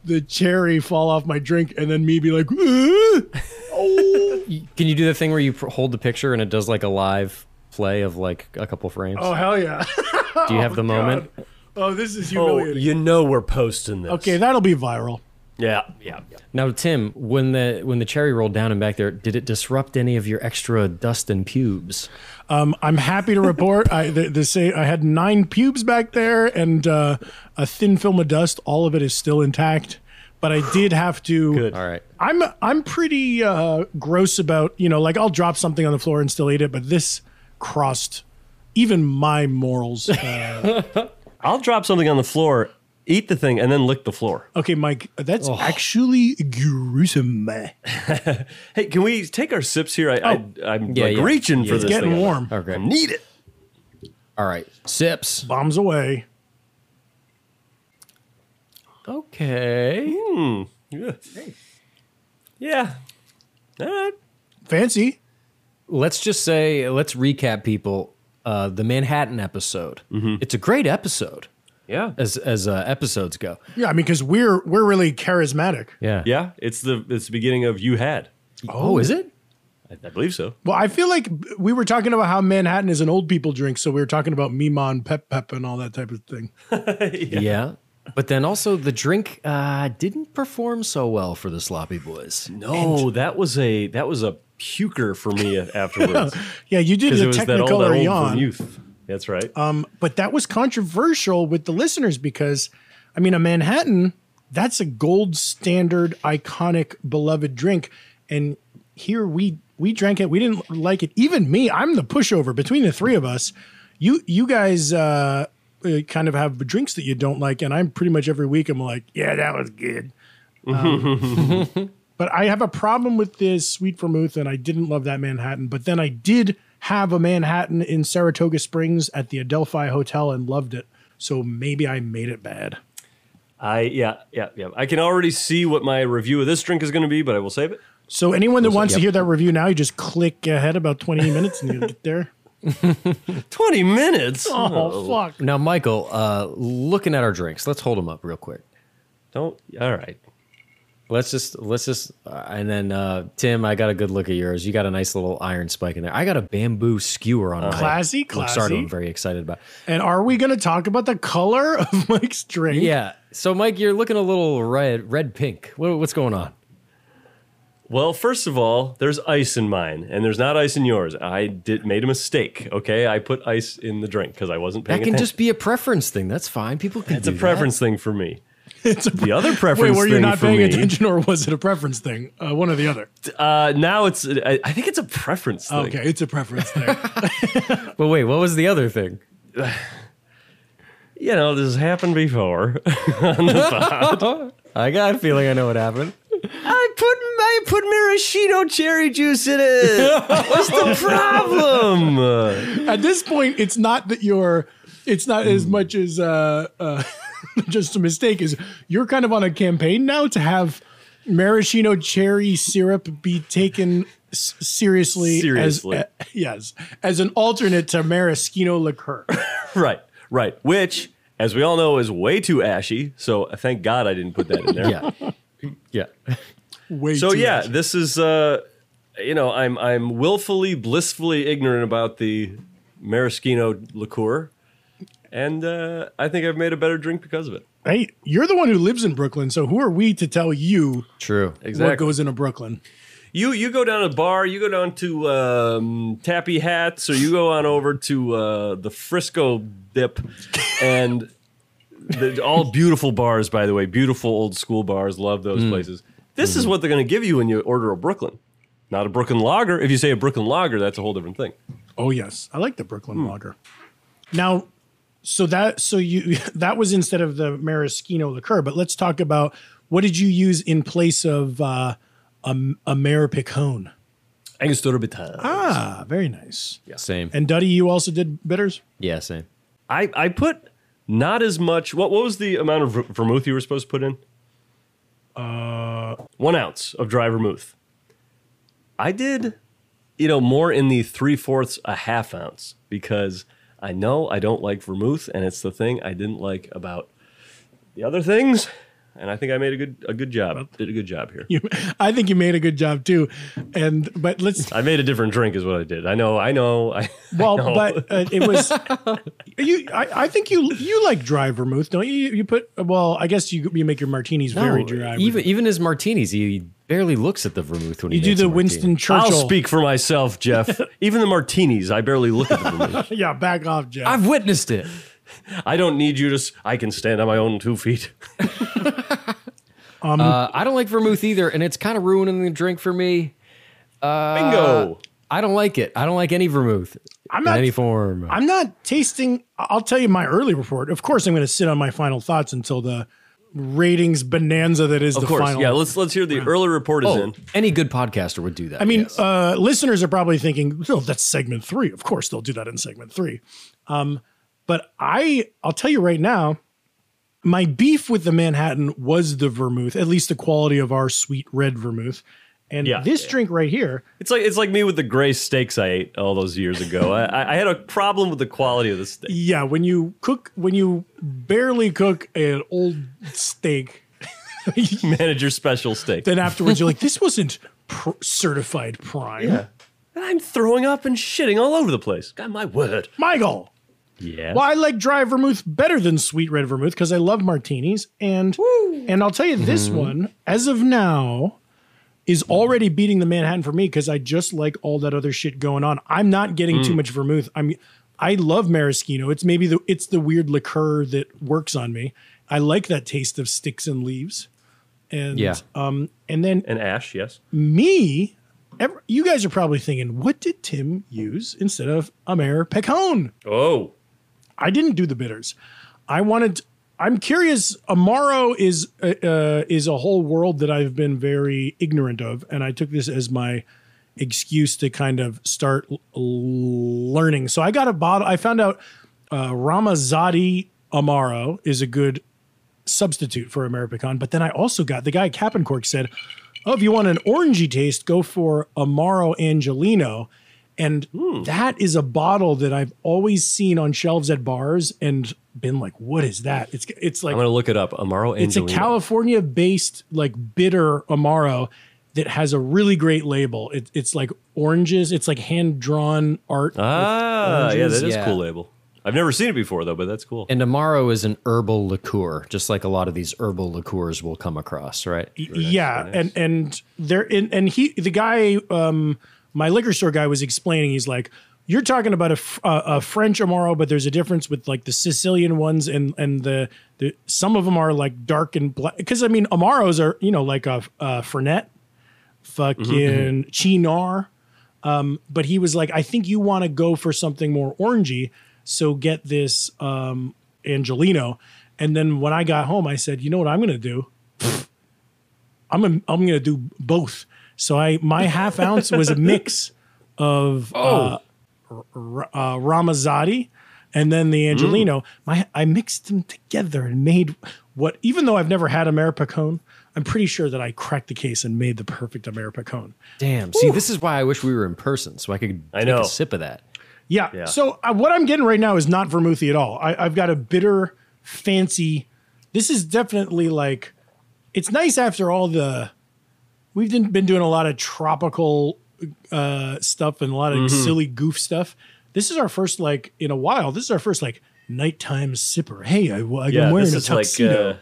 the cherry fall off my drink and then me be like, "Ugh." Can you do the thing where you pr- hold the picture and it does like a live play of like a couple frames? oh hell yeah! do you have Oh, the moment? Oh, this is Oh, humiliating. you know we're posting this. okay, that'll be viral. Yeah, yeah. Now, Tim, when the when the cherry rolled down and back there, did it disrupt any of your extra dust and pubes? Um, I'm happy to report. I they, they say I had nine pubes back there and uh, a thin film of dust. All of it is still intact, but I did have to. Good. All right. I'm I'm pretty uh, gross about you know like I'll drop something on the floor and still eat it, but this crossed even my morals. Uh, I'll drop something on the floor, eat the thing, and then lick the floor. okay, Mike, that's Oh. actually gruesome. Hey, can we take our sips here? I, Oh. I I'm Yeah, like yeah. reaching Yeah, for yeah. this. Getting thing. warm. I need it. All right, sips. Bombs away. Okay. Yeah. yeah. All right. Fancy. Let's just say, let's recap, people. Uh, the Manhattan episode. It's a great episode. Yeah. As as uh, episodes go. Yeah, I mean because we're we're really charismatic. Yeah. Yeah. It's the it's the beginning of you had. Oh, is it? I, I believe so. Well, I feel like we were talking about how Manhattan is an old people drink, so we were talking about Mima and Pep Pep and all that type of thing. Yeah. But then also the drink uh, didn't perform so well for the sloppy boys. No, that was a that was a puker for me afterwards. Yeah, you did 'Cause the it was that old, that Technicolor old yawn. youth. That's right. Um, but that was controversial with the listeners because, I mean, a Manhattan, that's a gold standard, iconic, beloved drink, and here we we drank it. We didn't like it. Even me, I'm the pushover between the three of us. You you guys uh, uh, kind of have drinks that you don't like, and I'm pretty much every week. I'm like, yeah, that was good. Um, But I have a problem with this sweet vermouth, and I didn't love that Manhattan. But then I did have a Manhattan in Saratoga Springs at the Adelphi Hotel and loved it. So maybe I made it bad. I yeah yeah yeah. I can already see what my review of this drink is going to be, but I will save it. So anyone that Listen, wants to yep. hear that review now, you just click ahead about 20 minutes and you'll get there. 20 minutes. Oh, fuck. Now, Michael, uh, looking at our drinks, let's hold them up real quick. Don't. All right. Let's just let's just uh, and then uh, Tim, I got a good look at yours. You got a nice little iron spike in there. I got a bamboo skewer on. mine. Classy, I'm classy. sorry, I'm very excited about. And are we going to talk about the color of Mike's drink? Yeah. So, Mike, you're looking a little red, red pink. What, what's going on? Well, first of all, there's ice in mine, and there's not ice in yours. I did made a mistake. Okay, I put ice in the drink because I wasn't paying That can attention. just be a preference thing. That's fine. People can. it's a do that. preference thing for me. It's a the other preference. Wait, were you thing not for paying me- attention or was it a preference thing? Uh, one or the other. Uh, now it's. I, I think it's a preference thing. Okay, it's a preference thing. But wait, what was the other thing? You know, this has happened before on the pod. I got a feeling I know what happened. I put I put maraschino cherry juice in it. What's the problem? At this point, it's not that you're, it's not Hmm. as much as uh, uh, just a mistake. Is you're kind of on a campaign now to have maraschino cherry syrup be taken s- seriously, Seriously. as uh, yes, as an alternate to maraschino liqueur. Right, right. Which, as we all know, is way too ashy. So thank God I didn't put that in there. yeah, yeah. Way so too yeah, much. this is uh, you know, I'm I'm willfully blissfully ignorant about the maraschino liqueur, and uh, I think I've made a better drink because of it. Hey, you're the one who lives in Brooklyn, so who are we to tell you True. what goes into Brooklyn? You you go down to a bar, you go down to um, Tappy Hats, or you go on over to uh, the Frisco Dip, and the, all beautiful bars, by Mm. Mm-hmm. the way, beautiful old school bars. Love those places. This is what they're going to give you when you order a Brooklyn. Not a Brooklyn Lager. If you say a Brooklyn Lager, that's a whole different thing. Oh yes, I like the Brooklyn Lager. Now, so that so you that was instead of the maraschino liqueur, but let's talk about what did you use in place of uh, a, a maripicone? Angostura bitters. Ah, very nice. Yeah. Same. And Duddy, you also did bitters. Yeah, same. I, I put not as much. What, what was the amount of ver- vermouth you were supposed to put in? Uh, one ounce of dry vermouth. I did, you know, more in the three fourths a half ounce because I know I don't like vermouth, and it's the thing I didn't like about the other things. And I think I made a good a good job. did a good job here. You, I think you made a good job too. And but let's I made a different drink, is what I did. I know. I know. I, well, know. but uh, it was you. I, I think you you like dry vermouth, don't you? You put well, I guess you you make your martinis very dry. even even his martinis, he barely looks at the vermouth when You he do makes the a martini. Winston Churchill. I'll speak for myself, Jeff. Even the martinis, I barely look at them. yeah, back off, Jeff. I've witnessed it. I don't need you to. s- I can stand on my own two feet. Um, Uh, I don't like vermouth either, and it's kind of ruining the drink for me. Uh, Bingo. I don't like it. I don't like any vermouth I'm in not- any form. I'm not tasting. I'll tell you my early report. Of course, I'm going to sit on my final thoughts until the ratings bonanza that is Of the course, final. yeah. Let's let's hear the early report is Oh, in. any good podcaster would do that. I mean, uh, listeners are probably thinking, "No, that's segment three. Of course, they'll do that in segment three. Um, but I, I'll tell you right now, my beef with the Manhattan was the vermouth, at least the quality of our sweet red vermouth. And Yeah, this drink right here, It's like it's like me with the gray steaks I ate all those years ago. I- I, I had a problem with the quality of the steak. yeah, when you cook, when you barely cook an old steak, Manager special steak. then afterwards you're like, this wasn't pr- certified prime. Yeah. And I'm throwing up and shitting all over the place. God, my word. Michael, Yeah. Well, I like dry vermouth better than sweet red vermouth because I love martinis, and and I'll tell you this Mm-hmm. one as of now is already beating the Manhattan for me because I just like all that other shit going on. I'm not getting Mm. too much vermouth. I'm I love maraschino. It's maybe the it's the weird liqueur that works on me. I like that taste of sticks and leaves, and Yeah. um, and then And ash, yes. me. ev- You guys are probably thinking, what did Tim use instead of Amer Pecone? Oh, I didn't do the bitters. I wanted. I'm curious. Amaro is uh, uh, is a whole world that I've been very ignorant of, and I took this as my excuse to kind of start l- learning. So I got a bottle. I found out uh, Ramazzotti Amaro is a good substitute for Ameripicon, but then I also got the guy at Cap and Cork said, "Oh, if you want an orangey taste, go for Amaro Angelino." And that is a bottle that I've always seen on shelves at bars and been like, "What is that?" It's it's like I'm gonna look it up. Amaro it's a Angelino. California based like bitter amaro that has a really great label. It, it's like oranges. It's like hand drawn art. with ah, yeah, oranges. that is a yeah. cool label. I've never seen it before though, but that's cool. And Amaro is an herbal liqueur, just like a lot of these herbal liqueurs will come across, right? E yeah, and and there and, and he the guy um my liquor store guy was explaining. He's like. You're talking about a, fr- uh, a French amaro, but there's a difference with like the Sicilian ones and and the, the some of them are like dark and black because I mean amaros are you know like a, a fernet, fucking chinar, um, but he was like, I think you want to go for something more orangey, so get this um, Angelino. And then when I got home, I said, you know what I'm going to do? I'm gonna, I'm going to do both. So I my half ounce was a mix of uh, R- uh, Ramazzotti and then the Angelino. My I mixed them together and made what. Even though I've never had Ameripacone, I'm pretty sure that I cracked the case and made the perfect Ameripacone. Damn. See, this is why I wish we were in person so I could I take know. a sip of that. Yeah. So uh, what I'm getting right now is not vermouthy at all. I, I've got a bitter, fancy. This is definitely like, it's nice after all the. We've been been doing a lot of tropical uh, stuff and a lot of Mm-hmm. silly goof stuff. This is our first like in a while. This is our first like nighttime sipper. Hey, I, I'm yeah, wearing this a is like, tuxedo. uh,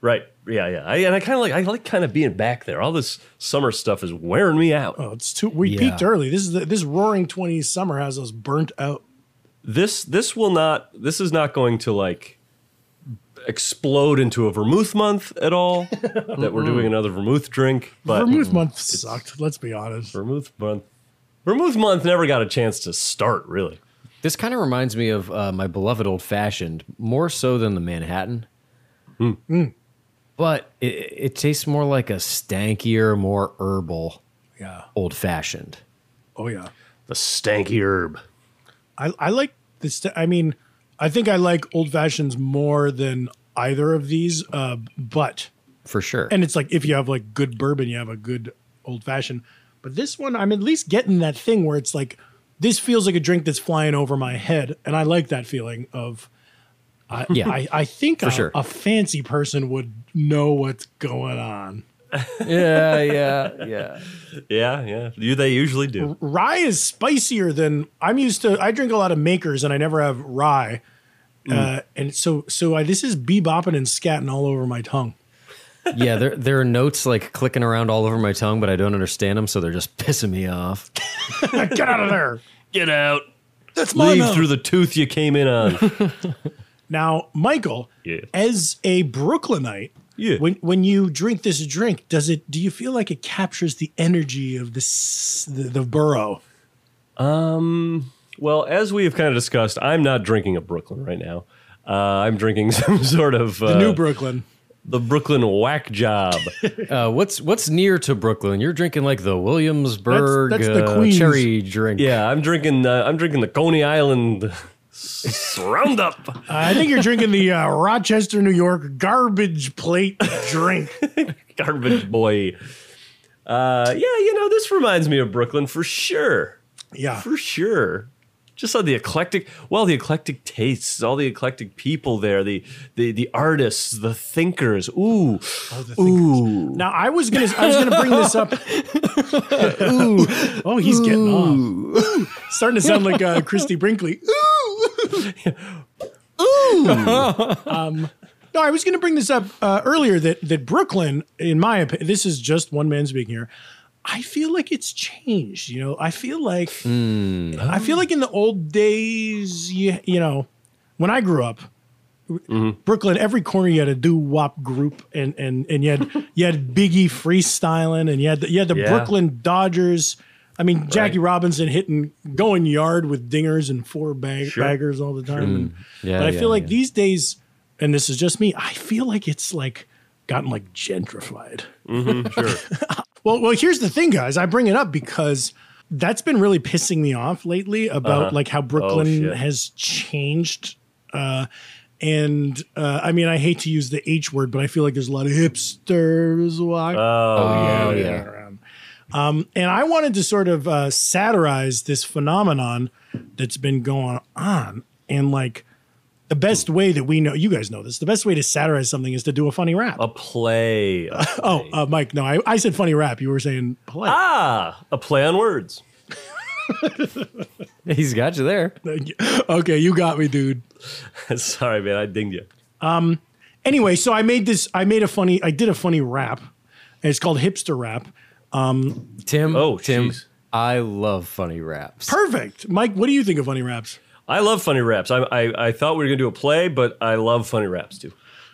right. Yeah, yeah. I, and I kind of like I like kind of being back there. All this summer stuff is wearing me out. oh, it's too. We Yeah. peaked early. This is the, this roaring twenties summer has us burnt out. this this will not this is not going to like explode into a vermouth month at all. that we're doing another vermouth drink, but Vermouth month sucked. Let's be honest. Vermouth month. Vermouth month never got a chance to start, really. This kind of reminds me of uh, my beloved old fashioned, more so than the Manhattan. Hmm. Hmm. But it, it tastes more like a stankier, more herbal Yeah. old fashioned. Oh yeah. The stanky herb. I, I like this. I mean, I think I like old fashions more than either of these. Uh, but For sure. and it's like if you have like good bourbon, you have a good old fashioned. But this one, I'm at least getting that thing where it's like this feels like a drink that's flying over my head, and I like that feeling of. I, Yeah. I, I think For a, sure. a fancy person would know what's going on. yeah, yeah, yeah. Yeah, yeah. You they usually do. rye is spicier than I'm used to. I drink a lot of makers and I never have rye. Uh, and so, so I, this is bebopping and scatting all over my tongue. Yeah, there, there are notes like clicking around all over my tongue, but I don't understand them, so they're just pissing me off. Get out of there. Get out. That's my Leave mouth. through the tooth you came in on. Now, Michael, Yeah. as a Brooklynite, Yeah. when, when you drink this drink, does it, do you feel like it captures the energy of this, the, the borough? Well, as we have kind of discussed, I'm not drinking a Brooklyn right now. Uh, I'm drinking some sort of uh, The new Brooklyn. the Brooklyn whack job. Uh, what's what's near to Brooklyn? You're drinking like the Williamsburg That's- that's the uh, Queens. cherry drink. yeah, I'm drinking. Uh, I'm drinking the Coney Island s- roundup. Uh, I think you're drinking the uh, Rochester, New York garbage plate drink. garbage boy. Uh, yeah, you know, this reminds me of Brooklyn for sure. Yeah. For sure. Just all the eclectic, well, the eclectic tastes, all the eclectic people there, the the the artists, the thinkers. Ooh, ooh, Now I was gonna I was gonna bring this up. Ooh. Oh, he's getting off. Starting to sound like uh, Christy Brinkley. Um, No, I was going to bring this up uh, earlier that that Brooklyn, in my opinion, this is just one man speaking here. I feel like it's changed. You know, I feel like I feel like in the old days, you, you know, when I grew up, Brooklyn, every corner you had a doo wop group, and and and you had you had Biggie freestyling, and you had the, you had the Yeah. Brooklyn Dodgers. I mean, Jackie Robinson hitting going yard with dingers and four bag, baggers all the time. And, Yeah, but I yeah, feel like yeah. these days, and this is just me, I feel like it's like gotten like gentrified. Well, well, here's the thing, guys. I bring it up because that's been really pissing me off lately about like how Brooklyn shit. has changed. Uh, and uh, I mean, I hate to use the H word, but I feel like there's a lot of hipsters walking Oh, yeah. around. Um, and I wanted to sort of uh, satirize this phenomenon that's been going on, and like the best way that we know, you guys know this, the best way to satirize something is to do a funny rap. a play. Oh, uh, Mike, no, I, I said funny rap. You were saying polite. ah, a play on words. He's got you there. okay, you got me, dude. Sorry, man, I dinged you. Anyway, so I made this. I made a funny. I did a funny rap. And it's called hipster rap. Tim. Oh, Tim. jeez. I love funny raps. Perfect, Mike. What do you think of funny raps? I love funny raps. I, I I thought we were gonna do a play, but I love funny raps too.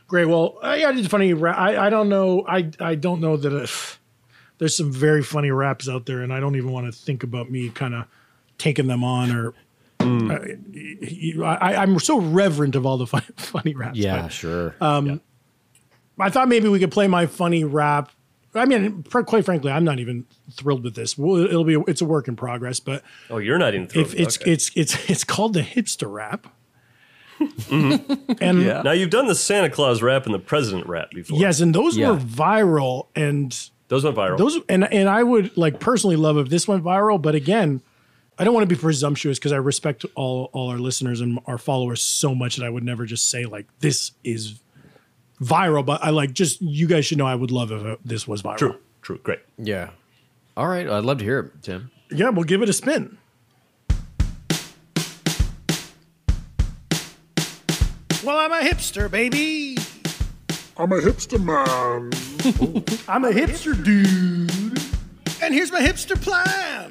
Great. Well, uh, I, I did funny rap. I, I don't know. I I don't know that. uh there's some very funny raps out there, and I don't even want to think about me kind of taking them on or. I- I, I'm so reverent of all the funny, funny raps. yeah, but- sure. I thought maybe we could play my funny rap. I mean, pr- quite frankly, I'm not even thrilled with this. Well, it'll be it's a work in progress, but Oh, you're not even. thrilled. if it's Okay. it's it's it's called the hipster rap. Mm-hmm. and now you've done the Santa Claus rap and the President rap before. yes, and those Yeah. were viral and those went viral. those and and I would like personally love if this went viral, but again, I don't want to be presumptuous because I respect all all our listeners and our followers so much that I would never just say like this is viral, but I like just you guys should know I would love if uh, this was viral. True, true, great. yeah. All right. I'd love to hear it, Tim. Yeah, we'll give it a spin. Well, I'm a hipster, baby. I'm a hipster man. I'm a hipster dude. And here's my hipster plan.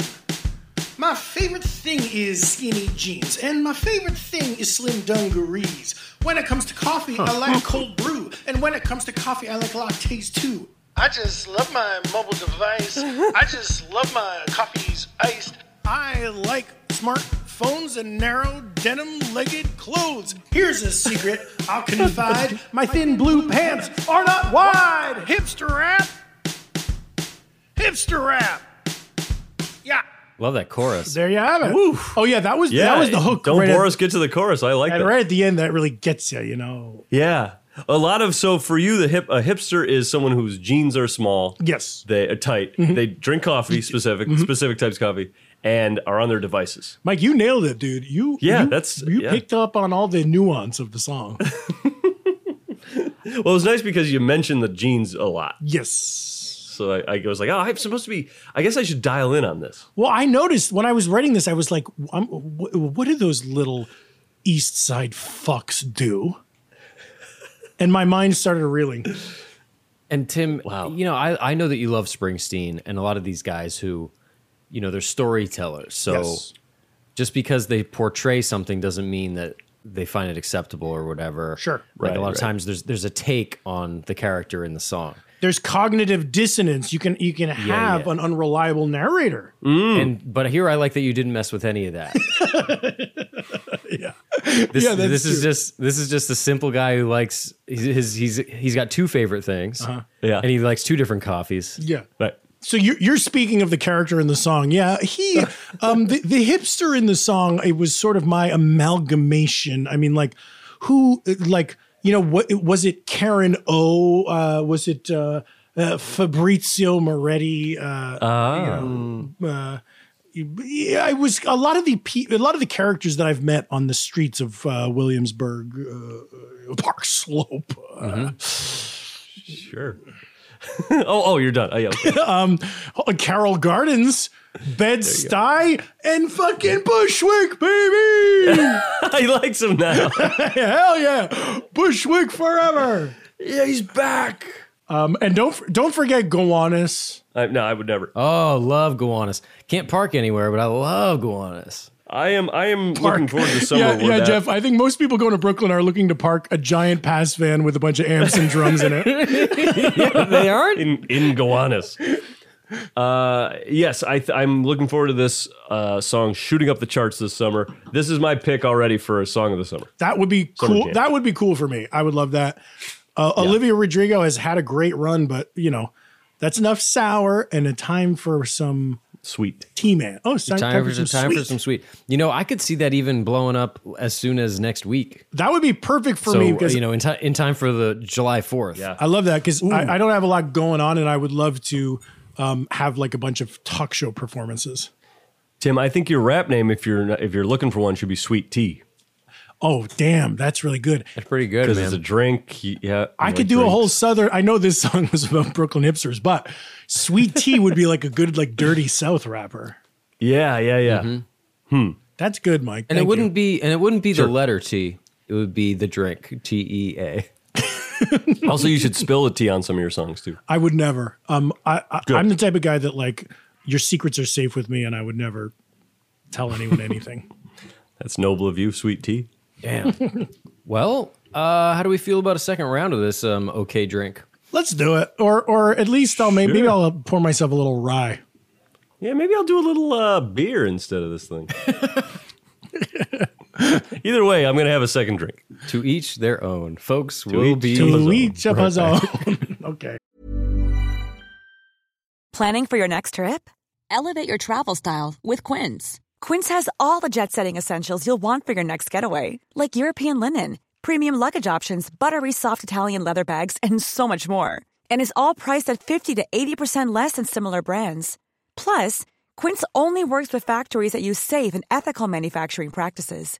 My favorite thing is skinny jeans, and my favorite thing is slim dungarees. When it comes to coffee, I Huh. like cold brew, and when it comes to coffee, I like lattes too. I just love my mobile device. I just love my coffees iced. I like smartphones and narrow denim legged clothes. Here's a secret I'll confide my thin blue pants are not wide. Hipster rap. Hipster rap. Love that chorus. There you have it. Oh yeah, that was Yeah, that was the hook. Don't right bore at, us. Get to the chorus. I like and that. right at the end, that really gets you. You know. Yeah, a lot of so for you, the hip a hipster is someone whose jeans are small. Yes, Mm-hmm. they are tight. They drink coffee specific specific types of coffee and are on their devices. Mike, you nailed it, dude. You Yeah, you- that's- you yeah. picked up on all the nuance of the song. Well, it was nice because you mentioned the jeans a lot. Yes. So I, I was like, oh, I'm supposed to be. I guess I should dial in on this. Well, I noticed when I was writing this, I was like, I'm, wh- what do those little East Side fucks do? And my mind started reeling. And Tim, you know, I, I know that you love Springsteen and a lot of these guys who, you know, they're storytellers. So Yes. just because they portray something doesn't mean that they find it acceptable or whatever. Sure. Like Right, a lot right. of times there's there's a take on the character in the song. There's cognitive dissonance. You can you can have yeah. an unreliable narrator. Mm. And but here I like that you didn't mess with any of that. yeah. This, Yeah, that's this is true. just this is just a simple guy who likes his, his he's he's got two favorite things. Uh-huh. Yeah. And he likes two different coffees. Yeah. Right. So you're, you're speaking of the character in the song. Yeah, he, um, the, the hipster in the song, it was sort of my amalgamation. I mean, like, who, like, you know, what was it? Karen O? Uh, was it uh, uh, Fabrizio Moretti? Uh, you know, uh, yeah, I was a lot of the pe- a lot of the characters that I've met on the streets of uh, Williamsburg, uh, Park Slope. Uh, Sure. oh, oh, you're done. Oh, yeah. okay. um, Carroll Gardens, Bed Stuy, and fucking Bushwick, baby. he likes him now. Hell yeah, Bushwick forever. Yeah, he's back. Um, and don't don't forget Gowanus. I, no, I would never. Oh, love Gowanus. Can't park anywhere, but I love Gowanus. I am. I am looking forward to the summer. Yeah, where yeah, that- Jeff. I think most people going to Brooklyn are looking to park a giant pass van with a bunch of amps and drums in it. they aren't in, in Gowanus. Uh, yes, I th- I'm looking forward to this uh, song shooting up the charts this summer. This is my pick already for a song of the summer. That would be Summer cool. jam. That would be cool for me. I would love that. Uh, Olivia Rodrigo has had a great run, but you know, that's enough sour and a time for some sweet tea man. Oh, it's Time, for some, time sweet. for some sweet. You know, I could see that even blowing up as soon as next week. That would be perfect for so, me uh, because you know, in, ti- in time for the July Fourth. Yeah. I love that because I, I don't have a lot going on, and I would love to um, have like a bunch of talk show performances. Tim, I think your rap name, if you're not, if you're looking for one, should be Sweet Tea Oh, damn, that's really good. That's pretty good because it's a drink. y- Yeah, I could do a whole southern. I know this song was about Brooklyn hipsters, but Sweet Tea would be like a good like dirty South rapper. Yeah, yeah, yeah. Mm-hmm. Hmm. That's good, Mike. And Thank it you. wouldn't be and it wouldn't be Sure. the letter T. It would be the drink T E A. also, you should spill a tea on some of your songs too. I would never. Um, I, I Good. I'm the type of guy that like your secrets are safe with me, and I would never tell anyone anything. That's noble of you, Sweet Tea. Damn. well, uh, how do we feel about a second round of this um, okay drink? Let's do it, or or at least I'll maybe, maybe Sure. I'll pour myself a little rye. Yeah, maybe I'll do a little uh, beer instead of this thing. Either way, I'm gonna have a second drink. To each their own, folks. To will each be of his To each of Right us back. own. okay. Planning for your next trip? Elevate your travel style with Quince. Quince has all the jet setting essentials you'll want for your next getaway, like European linen, premium luggage options, buttery soft Italian leather bags, and so much more. And is all priced at 50 to 80% less than similar brands. Plus, Quince only works with factories that use safe and ethical manufacturing practices.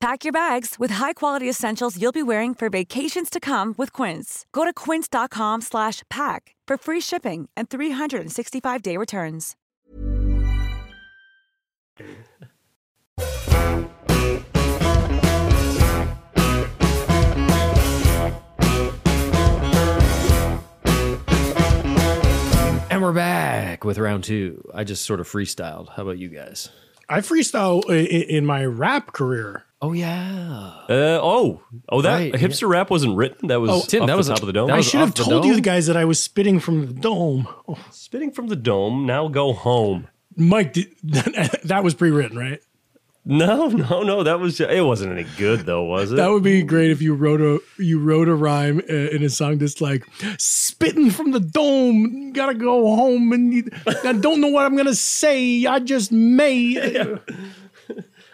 Pack your bags with high-quality essentials you'll be wearing for vacations to come with Quince. Go to quince.com/pack slash pack for free shipping and 365-day returns. And we're back with round two. I just sort of freestyled. How about you guys? I freestyle in, in my rap career. Oh yeah. Uh, oh, oh, that Right, hipster rap wasn't written. That was Oh, Tim. That was top of the dome. I should have told you guys that I was spitting from the dome. Oh. Spitting from the dome. Now go home. Mike, did, that was pre-written, right? No, no, no. That was it. Wasn't any good though, was it? That would be great if you wrote a you wrote a rhyme uh, in a song that's like spitting from the dome. Gotta go home, and you, I don't know what I'm gonna say. I just may.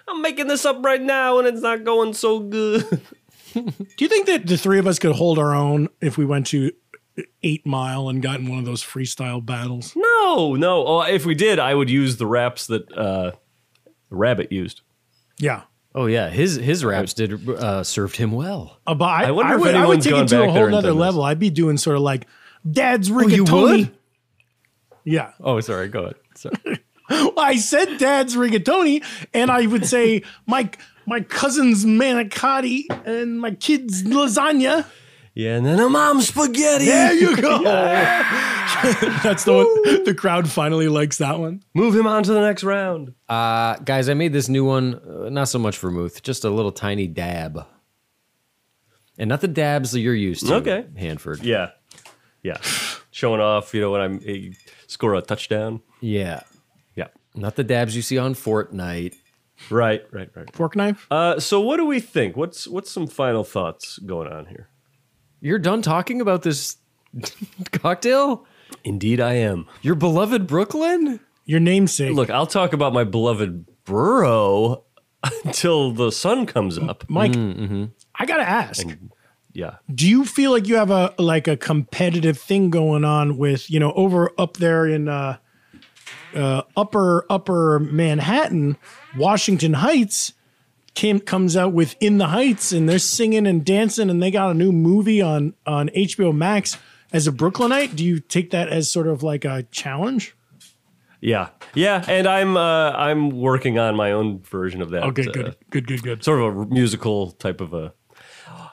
I'm making this up right now, and it's not going so good. Do you think that the three of us could hold our own if we went to uh, Eight Mile and got in one of those freestyle battles? No, no. Oh, if we did, I would use the raps that uh, Rabbit used. Yeah. Oh yeah, his his raps did uh, served him well. Uh, but I I, I, wonder if would, I would anyone's take gone it to back a there whole and nother done this. level. I'd be doing sort of like Dad's you rigatoni. would? Yeah. Oh, sorry. Go ahead. Sorry. I said Dad's rigatoni, and I would say my my cousin's manicotti and my kid's lasagna. Yeah, and then a mom's spaghetti. There you go. That's the one. The crowd finally likes that one. Move him on to the next round. Uh, guys, I made this new one. Uh, not so much vermouth, just a little tiny dab, and not the dabs that you're used to. Okay. Hanford. Yeah, yeah. Showing off. You know when I'm I score a touchdown. Yeah, yeah. Not the dabs you see on Fortnite. Right, right, right. Fork knife. Uh, so what do we think? What's what's some final thoughts going on here? You're done talking about this cocktail. Indeed, I am. Your beloved Brooklyn. Your namesake. Look, I'll talk about my beloved borough until the sun comes up. Mike, Mm, mm-hmm. I gotta ask. Yeah. Do you feel like you have a like a competitive thing going on with you know over up there in uh, uh, upper upper Manhattan, Washington Heights? Kim comes out with In the Heights, and they're singing and dancing, and they got a new movie on on HBO Max. As a Brooklynite, do you take that as sort of like a challenge? Yeah, yeah, and I'm uh, I'm working on my own version of that. Okay, uh, Oh, good, good, good, good. Sort of a musical type of a.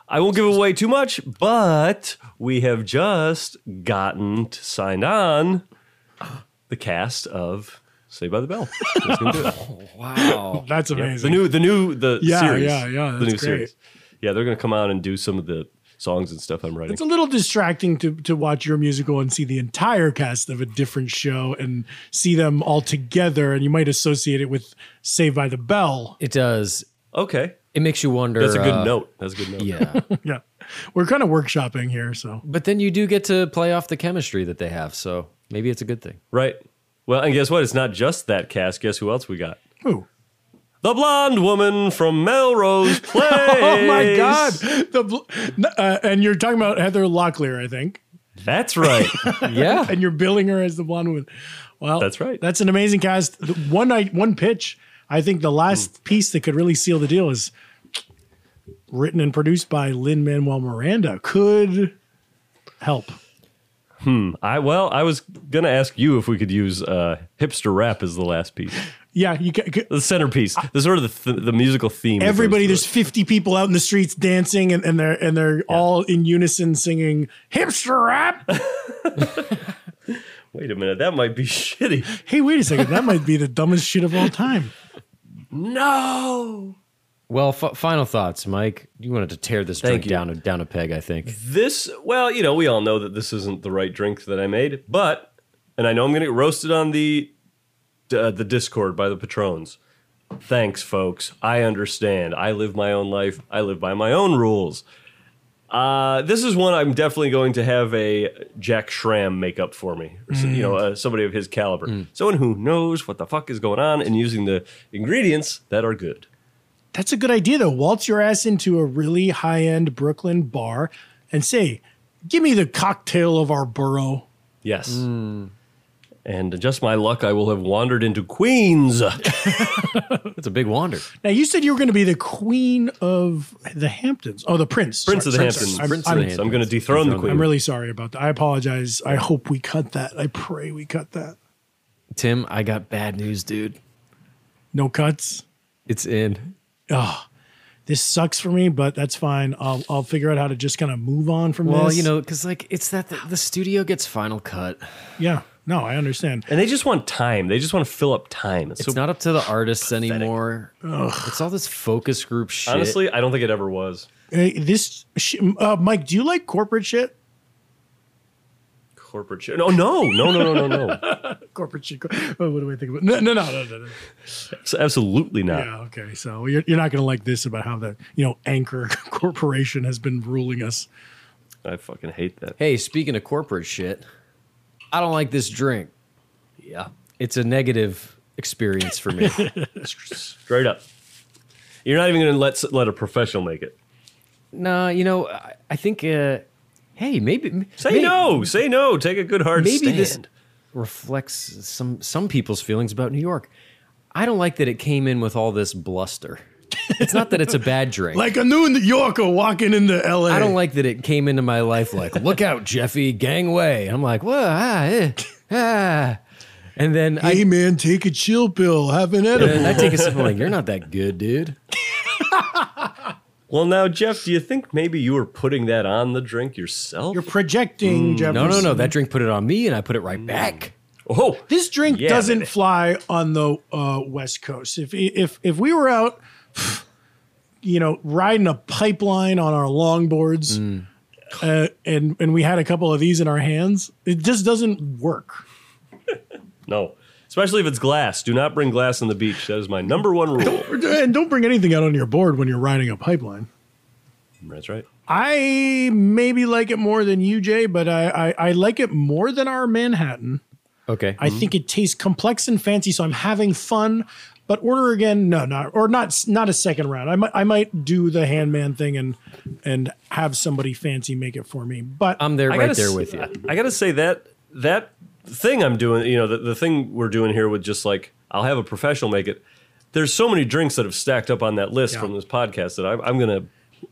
I won't give away too much, but we have just gotten t- signed on the cast of Saved by the Bell. That's gonna do it. Wow, that's Yeah, amazing. the new, the new, the Yeah, series. yeah, yeah, The that's new great. series. Yeah, they're gonna come out and do some of the songs and stuff I'm writing. It's a little distracting to to watch your musical and see the entire cast of a different show and see them all together, and you might associate it with Saved by the Bell. It does. Okay. It makes you wonder. That's a good uh, note. That's a good note. Yeah. yeah, we're kind of workshopping here, so But then you do get to play off the chemistry that they have, so maybe it's a good thing. Right. Well, and guess what? It's not just that cast. Guess who else we got? Who? The blonde woman from Melrose Place. oh my god, the bl- n- uh, and you're talking about Heather Locklear, I think. That's right. yeah. and you're billing her as the blonde woman. Well, That's right. That's an amazing cast. The One night, one pitch. I think the last piece that could really seal the deal is written and produced by Lin Manuel Miranda. Could help. Hmm. I well, I was gonna ask you if we could use uh, hipster rap as the last piece, Yeah, you ca- ca- the centerpiece, the sort of the, th- the musical theme. that everybody. goes There's 50 people out in the streets dancing, and, and they're and they're all in unison singing hipster rap. through it. Wait a minute, that might be shitty. Hey, wait a second. That might be the dumbest shit of all time. No. Well, f- final thoughts, Mike. You wanted to tear this Thank drink you. down a, down a peg, I think. This, well, you know, we all know that this isn't the right drink that I made, but, and I know I'm going to get roasted on the uh, the Discord by the patrons. Thanks, folks. I understand. I live my own life. I live by my own rules. Uh, this is one I'm definitely going to have a Jack Schramm make up for me. or so- You know, uh, somebody of his caliber, someone who knows what the fuck is going on and using the ingredients that are good. That's a good idea, though. Waltz your ass into a really high end Brooklyn bar and say, Give me the cocktail of our borough. Yes. And just my luck, I will have wandered into Queens. That's a big wander. Now, you said you were going to be the queen of the Hamptons. Oh, the prince. Prince Sorry, of the prince. Hamptons. I'm- Prince I'm- of the Hamptons. I'm going to dethrone the queen. I'm really sorry about that. I apologize. I hope we cut that. I pray we cut that. Tim, I got bad news, dude. No cuts. It's in. Oh, this sucks for me, but that's fine. I'll, I'll figure out how to just kind of move on from Well, this. you know, because like it's that the, the studio gets final cut. yeah. No, I understand. And they just want time. They just want to fill up time. It's not up to the artists anymore. It's all this focus group shit. honestly, I don't think it ever was. Hey, this, sh- uh, Mike, do you like corporate shit? Corporate shit. No, no, no, no, no, no, no. corporate shit. Oh, what do I think about? No, no, no, no, no. no. It's absolutely not. Yeah, okay. So you're, you're not going to like this about how the you know anchor corporation has been ruling us. I fucking hate that. Hey, speaking of corporate shit, I don't like this drink. Yeah. It's a negative experience for me. Straight up. You're not even going to let s- let a professional make it. no, you know, I, I think. Uh, hey, maybe Say may- no. Say no. Take a good hard Maybe stand. this reflects some some people's feelings about New York. I don't like that it came in with all this bluster. It's not that it's a bad drink. Like a New Yorker walking into L.A. I don't like that it came into my life like, look out, Jeffy, gangway. I'm like, whoa, ah, eh, ah. And then Hey I, man, take a chill pill, have an and edible. I take a sip. I'm like, you're not that good, dude. well, now, Jeff, do you think maybe you were putting that on the drink yourself? You're projecting, Jefferson. Mm, No, no, no. That drink put it on me, and I put it right back. oh, This drink Yeah, doesn't baby. fly on the uh, West Coast. If if if we were out, you know, riding a pipeline on our longboards, uh, and and we had a couple of these in our hands, it just doesn't work. no. Especially if it's glass. Do not bring glass on the beach. That is my number one rule. And don't bring anything out on your board when you're riding a pipeline. That's right. I maybe like it more than you, Jay, but I, I, I like it more than our Manhattan. Okay. Mm-hmm. I think it tastes complex and fancy, so I'm having fun. But order again, no, not or not not a second round. I might I might do the handman thing and and have somebody fancy make it for me. But I'm there, I right gotta there s- with you. I gotta say that that thing I'm doing, you know, the, the thing we're doing here with just like I'll have a professional make it. There's so many drinks that have stacked up on that list from this podcast that I'm, I'm gonna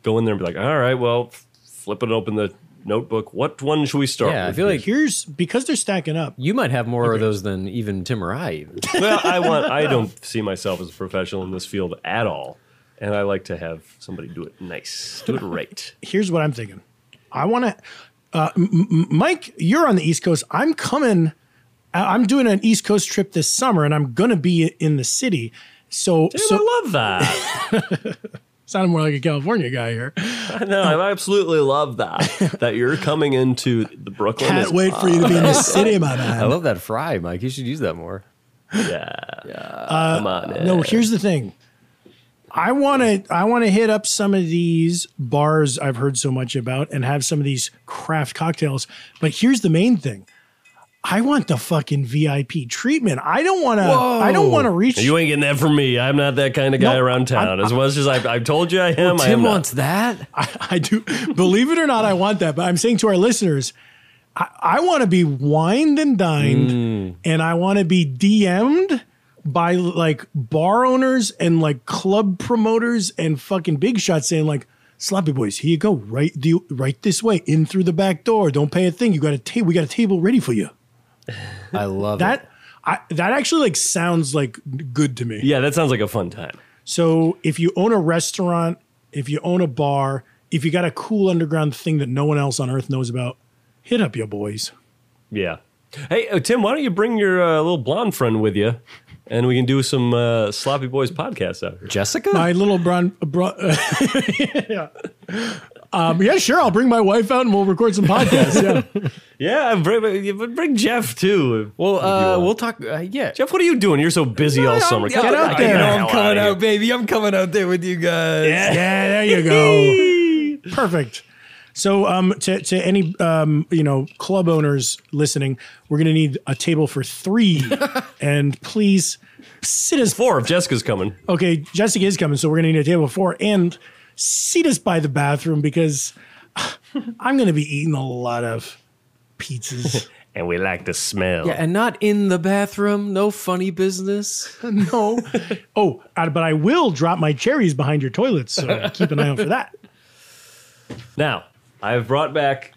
go in there and be like, all right, well, f- flipping open the notebook. What one should we start? Yeah, I with feel like here's because they're stacking up. you might have more of those than even Tim or I. Even. here? well, I want. I don't see myself as a professional in this field at all, and I like to have somebody do it nice, do it right. Here's what I'm thinking. I want to, uh, M- M- Mike. You're on the East Coast. I'm coming. I- I'm doing an East Coast trip this summer, and I'm gonna be in the city. So, Dude, so I love that. sounded more like a California guy here. no, I absolutely love that. That you're coming into the Brooklyn. is Can't wait for you to be in the city, my I man. love that fry, Mike. You should use that more. Yeah. Uh, Come on. No, here's the thing. I want to I want to hit up some of these bars I've heard so much about and have some of these craft cocktails. But here's the main thing. I want the fucking VIP treatment. I don't want to I don't want to reach You ain't getting that from me. I'm not that kind of guy No, around town. as much as I've, I've told you I am, I am Tim not. wants that. I, I do believe it or not I want that, but I'm saying to our listeners I, I want to be wined and dined, and I want to be DM'd by like bar owners and like club promoters and fucking big shots saying like, "Sloppy boys, here you go, right, the, right this way, in through the back door. Don't pay a thing. You got a table. We got a table ready for you." I love that. I, that actually like sounds like good to me. Yeah, that sounds like a fun time. So if you own a restaurant, if you own a bar, if you got a cool underground thing that no one else on earth knows about, hit up your boys. Yeah. Hey, uh, Tim, why don't you bring your uh, little blonde friend with you, and we can do some uh, sloppy boys podcast out here. Jessica, My little brown, bro- yeah. Um, yeah, sure. I'll bring my wife out and we'll record some podcasts. Yeah. yeah, bring, bring Jeff too. Well, uh, we'll talk. Uh, yeah, Jeff, what are you doing? You're so busy all summer. Get Come out on, there. the I'm hell coming outta here. out, baby. I'm coming out there with you guys. yeah, there you go. Perfect. So, um, to, to any um, you know club owners listening, we're gonna need a table for three, and please sit us four if Jessica's coming. Okay, Jessica is coming, so we're gonna need a table for four and seat us by the bathroom because I'm gonna be eating a lot of pizzas. And we like the smell. Yeah, and not in the bathroom. No funny business. no. oh, uh, but I will drop my cherries behind your toilets, so keep an eye out for that. Now, I've brought back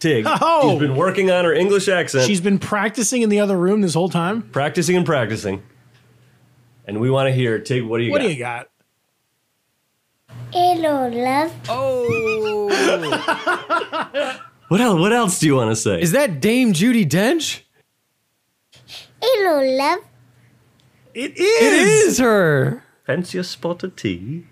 Tig. Oh! She's been working on her English accent, She's She's been practicing in the other room this whole time. practicing and practicing. And we want to hear, it. Tig, what do you what got? do you got? Hello, love. Oh. What else, what else do you want to say? Is that Dame Judy Dench? Hello, love. It It is her. Fancy a spot of tea?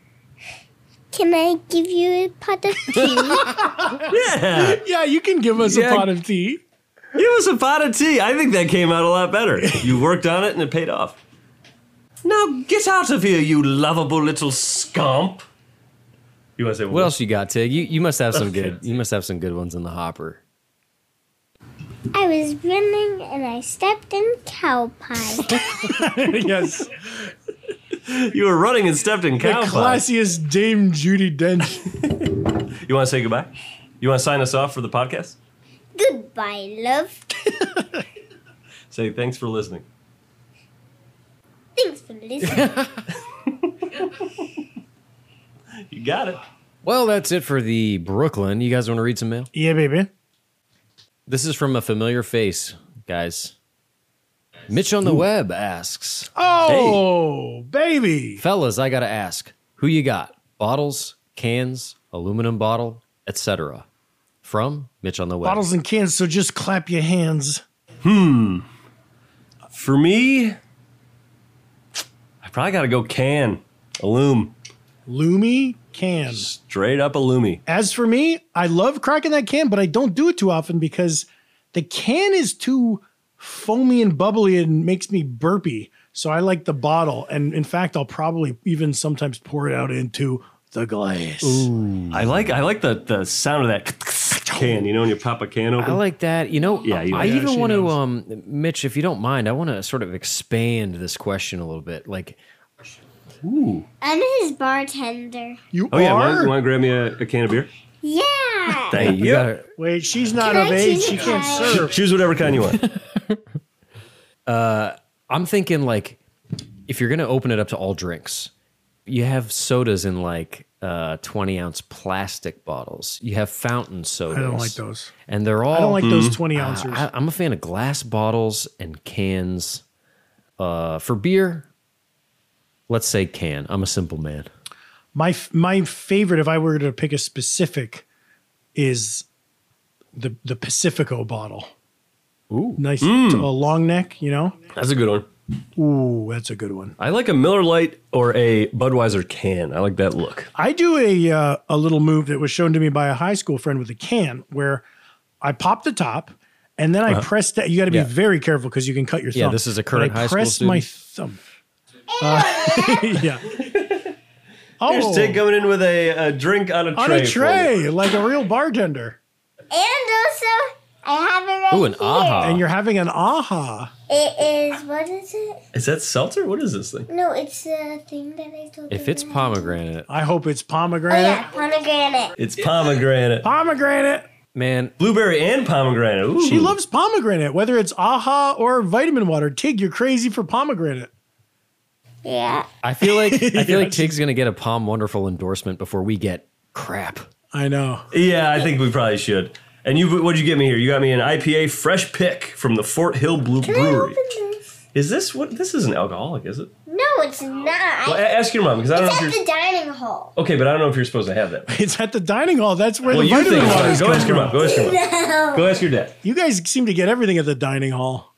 Can I give you a pot of tea? Yeah. Yeah, you can give us Yeah. a pot of tea. Give us a pot of tea. I think that came out a lot better. You worked on it and it paid off. Now get out of here, you lovable little scamp. You want to say What else you got, Tig? You you must have some good. You must have some good ones in the hopper. I was running and I stepped in cow pie. yes. You were running and stepped in The cow pie. classiest Dame Judy Dench. You want to say goodbye? You want to sign us off for the podcast? Goodbye, love. Say thanks for listening. Thanks for listening. You got it. Well, that's it for the Brooklyn. You guys want to read some mail? yeah, baby. This is from a familiar face, guys. Mitch on the web asks, Oh, baby. "Fellas, I gotta ask, who you got? Bottles, cans, aluminum bottle, etc." From Mitch on the web. Bottles and cans, so just clap your hands. Hmm. For me, I probably got to go can. Alum. Loomy can. Straight up Alumi. As for me, I love cracking that can, but I don't do it too often because the can is too foamy and bubbly and makes me burpy. So I like the bottle. And in fact, I'll probably even sometimes pour it out into the glass. I like I like the, the sound of that can, you know, when you pop a can open. I like that. You know, Yeah, you I like that. even She want to, um, Mitch, if you don't mind, I want to sort of expand this question a little bit. Like, Ooh. I'm his bartender. You Oh, yeah. Want, want to grab me a, a can of beer? Yeah. Thank you gotta- Wait, she's not Can I of age. choose She a can't kind? serve. Choose whatever kind you want. uh, I'm thinking like, if you're gonna open it up to all drinks, you have sodas in like uh, 20 ounce plastic bottles. You have fountain sodas. I don't like those. And they're all. I don't like those 20 Uh, ounces. I, I'm a fan of glass bottles and cans. Uh, for beer, let's say can. I'm a simple man. My f- my favorite, if I were to pick a specific, is the the Pacifico bottle. Ooh. Nice, a long neck. You know. That's a good one. Ooh, that's a good one. I like a Miller Lite or a Budweiser can. I like that look. I do a uh, a little move that was shown to me by a high school friend with a can, where I pop the top and then I press that. You got to be Uh-huh. Yeah. very careful because you can cut your thumb. Yeah, this is a But current I high school pressed my thumb. Uh, yeah. Oh, Here's Tig coming in with a, a drink on a tray. on a for you. tray, like a real bartender, And also, I have it right Ooh, an here. aha. and you're having an aha. It is, what is it? Is that seltzer? What is this thing? No, it's the thing that I told If you it's about. pomegranate, I hope it's Oh, pomegranate. yeah, pomegranate. It's pomegranate. Pomegranate. Man, blueberry and pomegranate. Ooh. She loves pomegranate, whether it's aha or vitamin water. Tig, you're crazy for pomegranate. Yeah. I feel like I feel like Tig's gonna get a Palm Wonderful endorsement before we get crap. I know. Yeah, I think we probably should. And you, what'd you get me here? You got me an IPA fresh pick from the Fort Hill Blue Brewery. Is this what? This isn't alcoholic, is it? No, it's not. Well, a- ask your mom because I don't know it's if at you're. the dining hall. Okay, but I don't know if you're supposed to have that. It's at the dining hall. That's where Well, the you vitamin think about water it. is. Go ask your mom. Go ask your mom. No. Go ask your dad. You guys seem to get everything at the dining hall.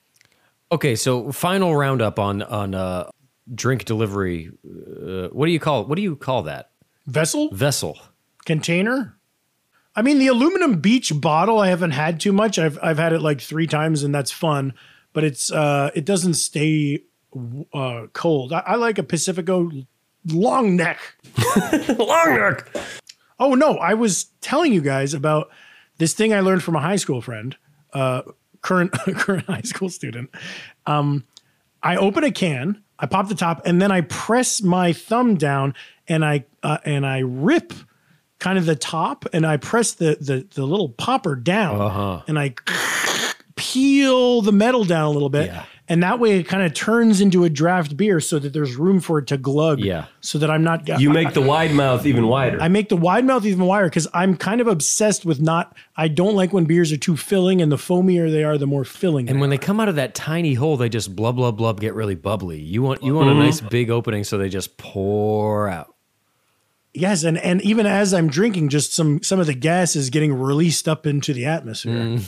Okay, so final roundup on on uh, drink delivery. Uh, what do you call what do you call that vessel? Vessel. Container? I mean, the aluminum beach bottle I haven't had too much. I've I've had it like three times, and that's fun. But it's uh, it doesn't stay uh, cold. I, I like a Pacifico long neck. long neck. Oh no! I was telling you guys about this thing I learned from a high school friend, uh, current current high school student. Um, I open a can, I pop the top, and then I press my thumb down and I uh, and I rip kind of the top, and I press the the, the little popper down, Uh-huh. and I peel the metal down a little bit. And that way, it kind of turns into a draft beer, so that there's room for it to glug. Yeah. So that I'm not. You make the wide mouth even wider. I make the wide mouth even wider because I'm kind of obsessed with not. I don't like when beers are too filling, and the foamier they are, the more filling. And when they come out of that tiny hole, they just blub blub blub get really bubbly. You want you want Mm-hmm. Mhm. a nice big opening, so they just pour out. Yes, and and even as I'm drinking, just some some of the gas is getting released up into the atmosphere.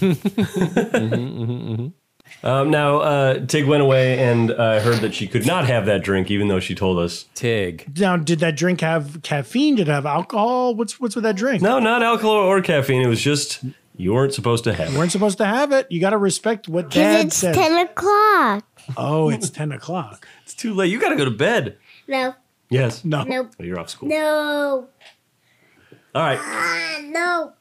Um, now, uh, Tig went away, and I heard that she could not have that drink, even though she told us. Tig. now, did that drink have caffeine? Did it have alcohol? What's what's with that drink? No, not alcohol or caffeine. It was just you weren't supposed to have You it. weren't supposed to have it. You got to respect what Because dad it's said. 10 o'clock. oh, it's ten o'clock. It's too late. You got to go to bed. No. Yes. No. Nope. Oh, you're off school. No. All right, Ah, no.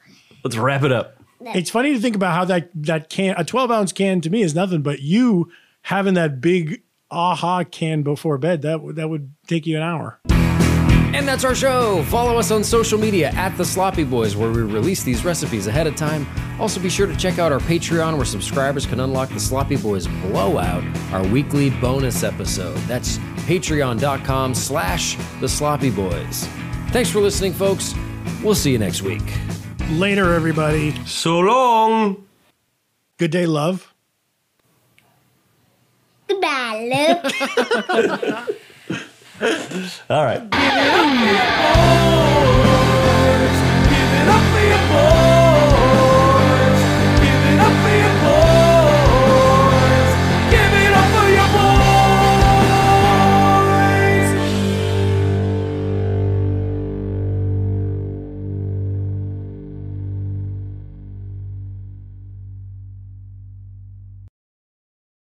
let's wrap it up. It's funny to think about how that that can a 12 ounce can to me is nothing, but you having that big aha can before bed that would- that would take you an hour. And that's our show. Follow us on social media at The Sloppy Boys, where we release these recipes ahead of time. Also, be sure to check out our Patreon, where subscribers can unlock The Sloppy Boys Blowout, our weekly bonus episode. That's patreon.com slash The Sloppy Boys. Thanks for listening, folks. We'll see you next week. Later, everybody. So long. Good day, love. Goodbye, Luke. All right. Oh.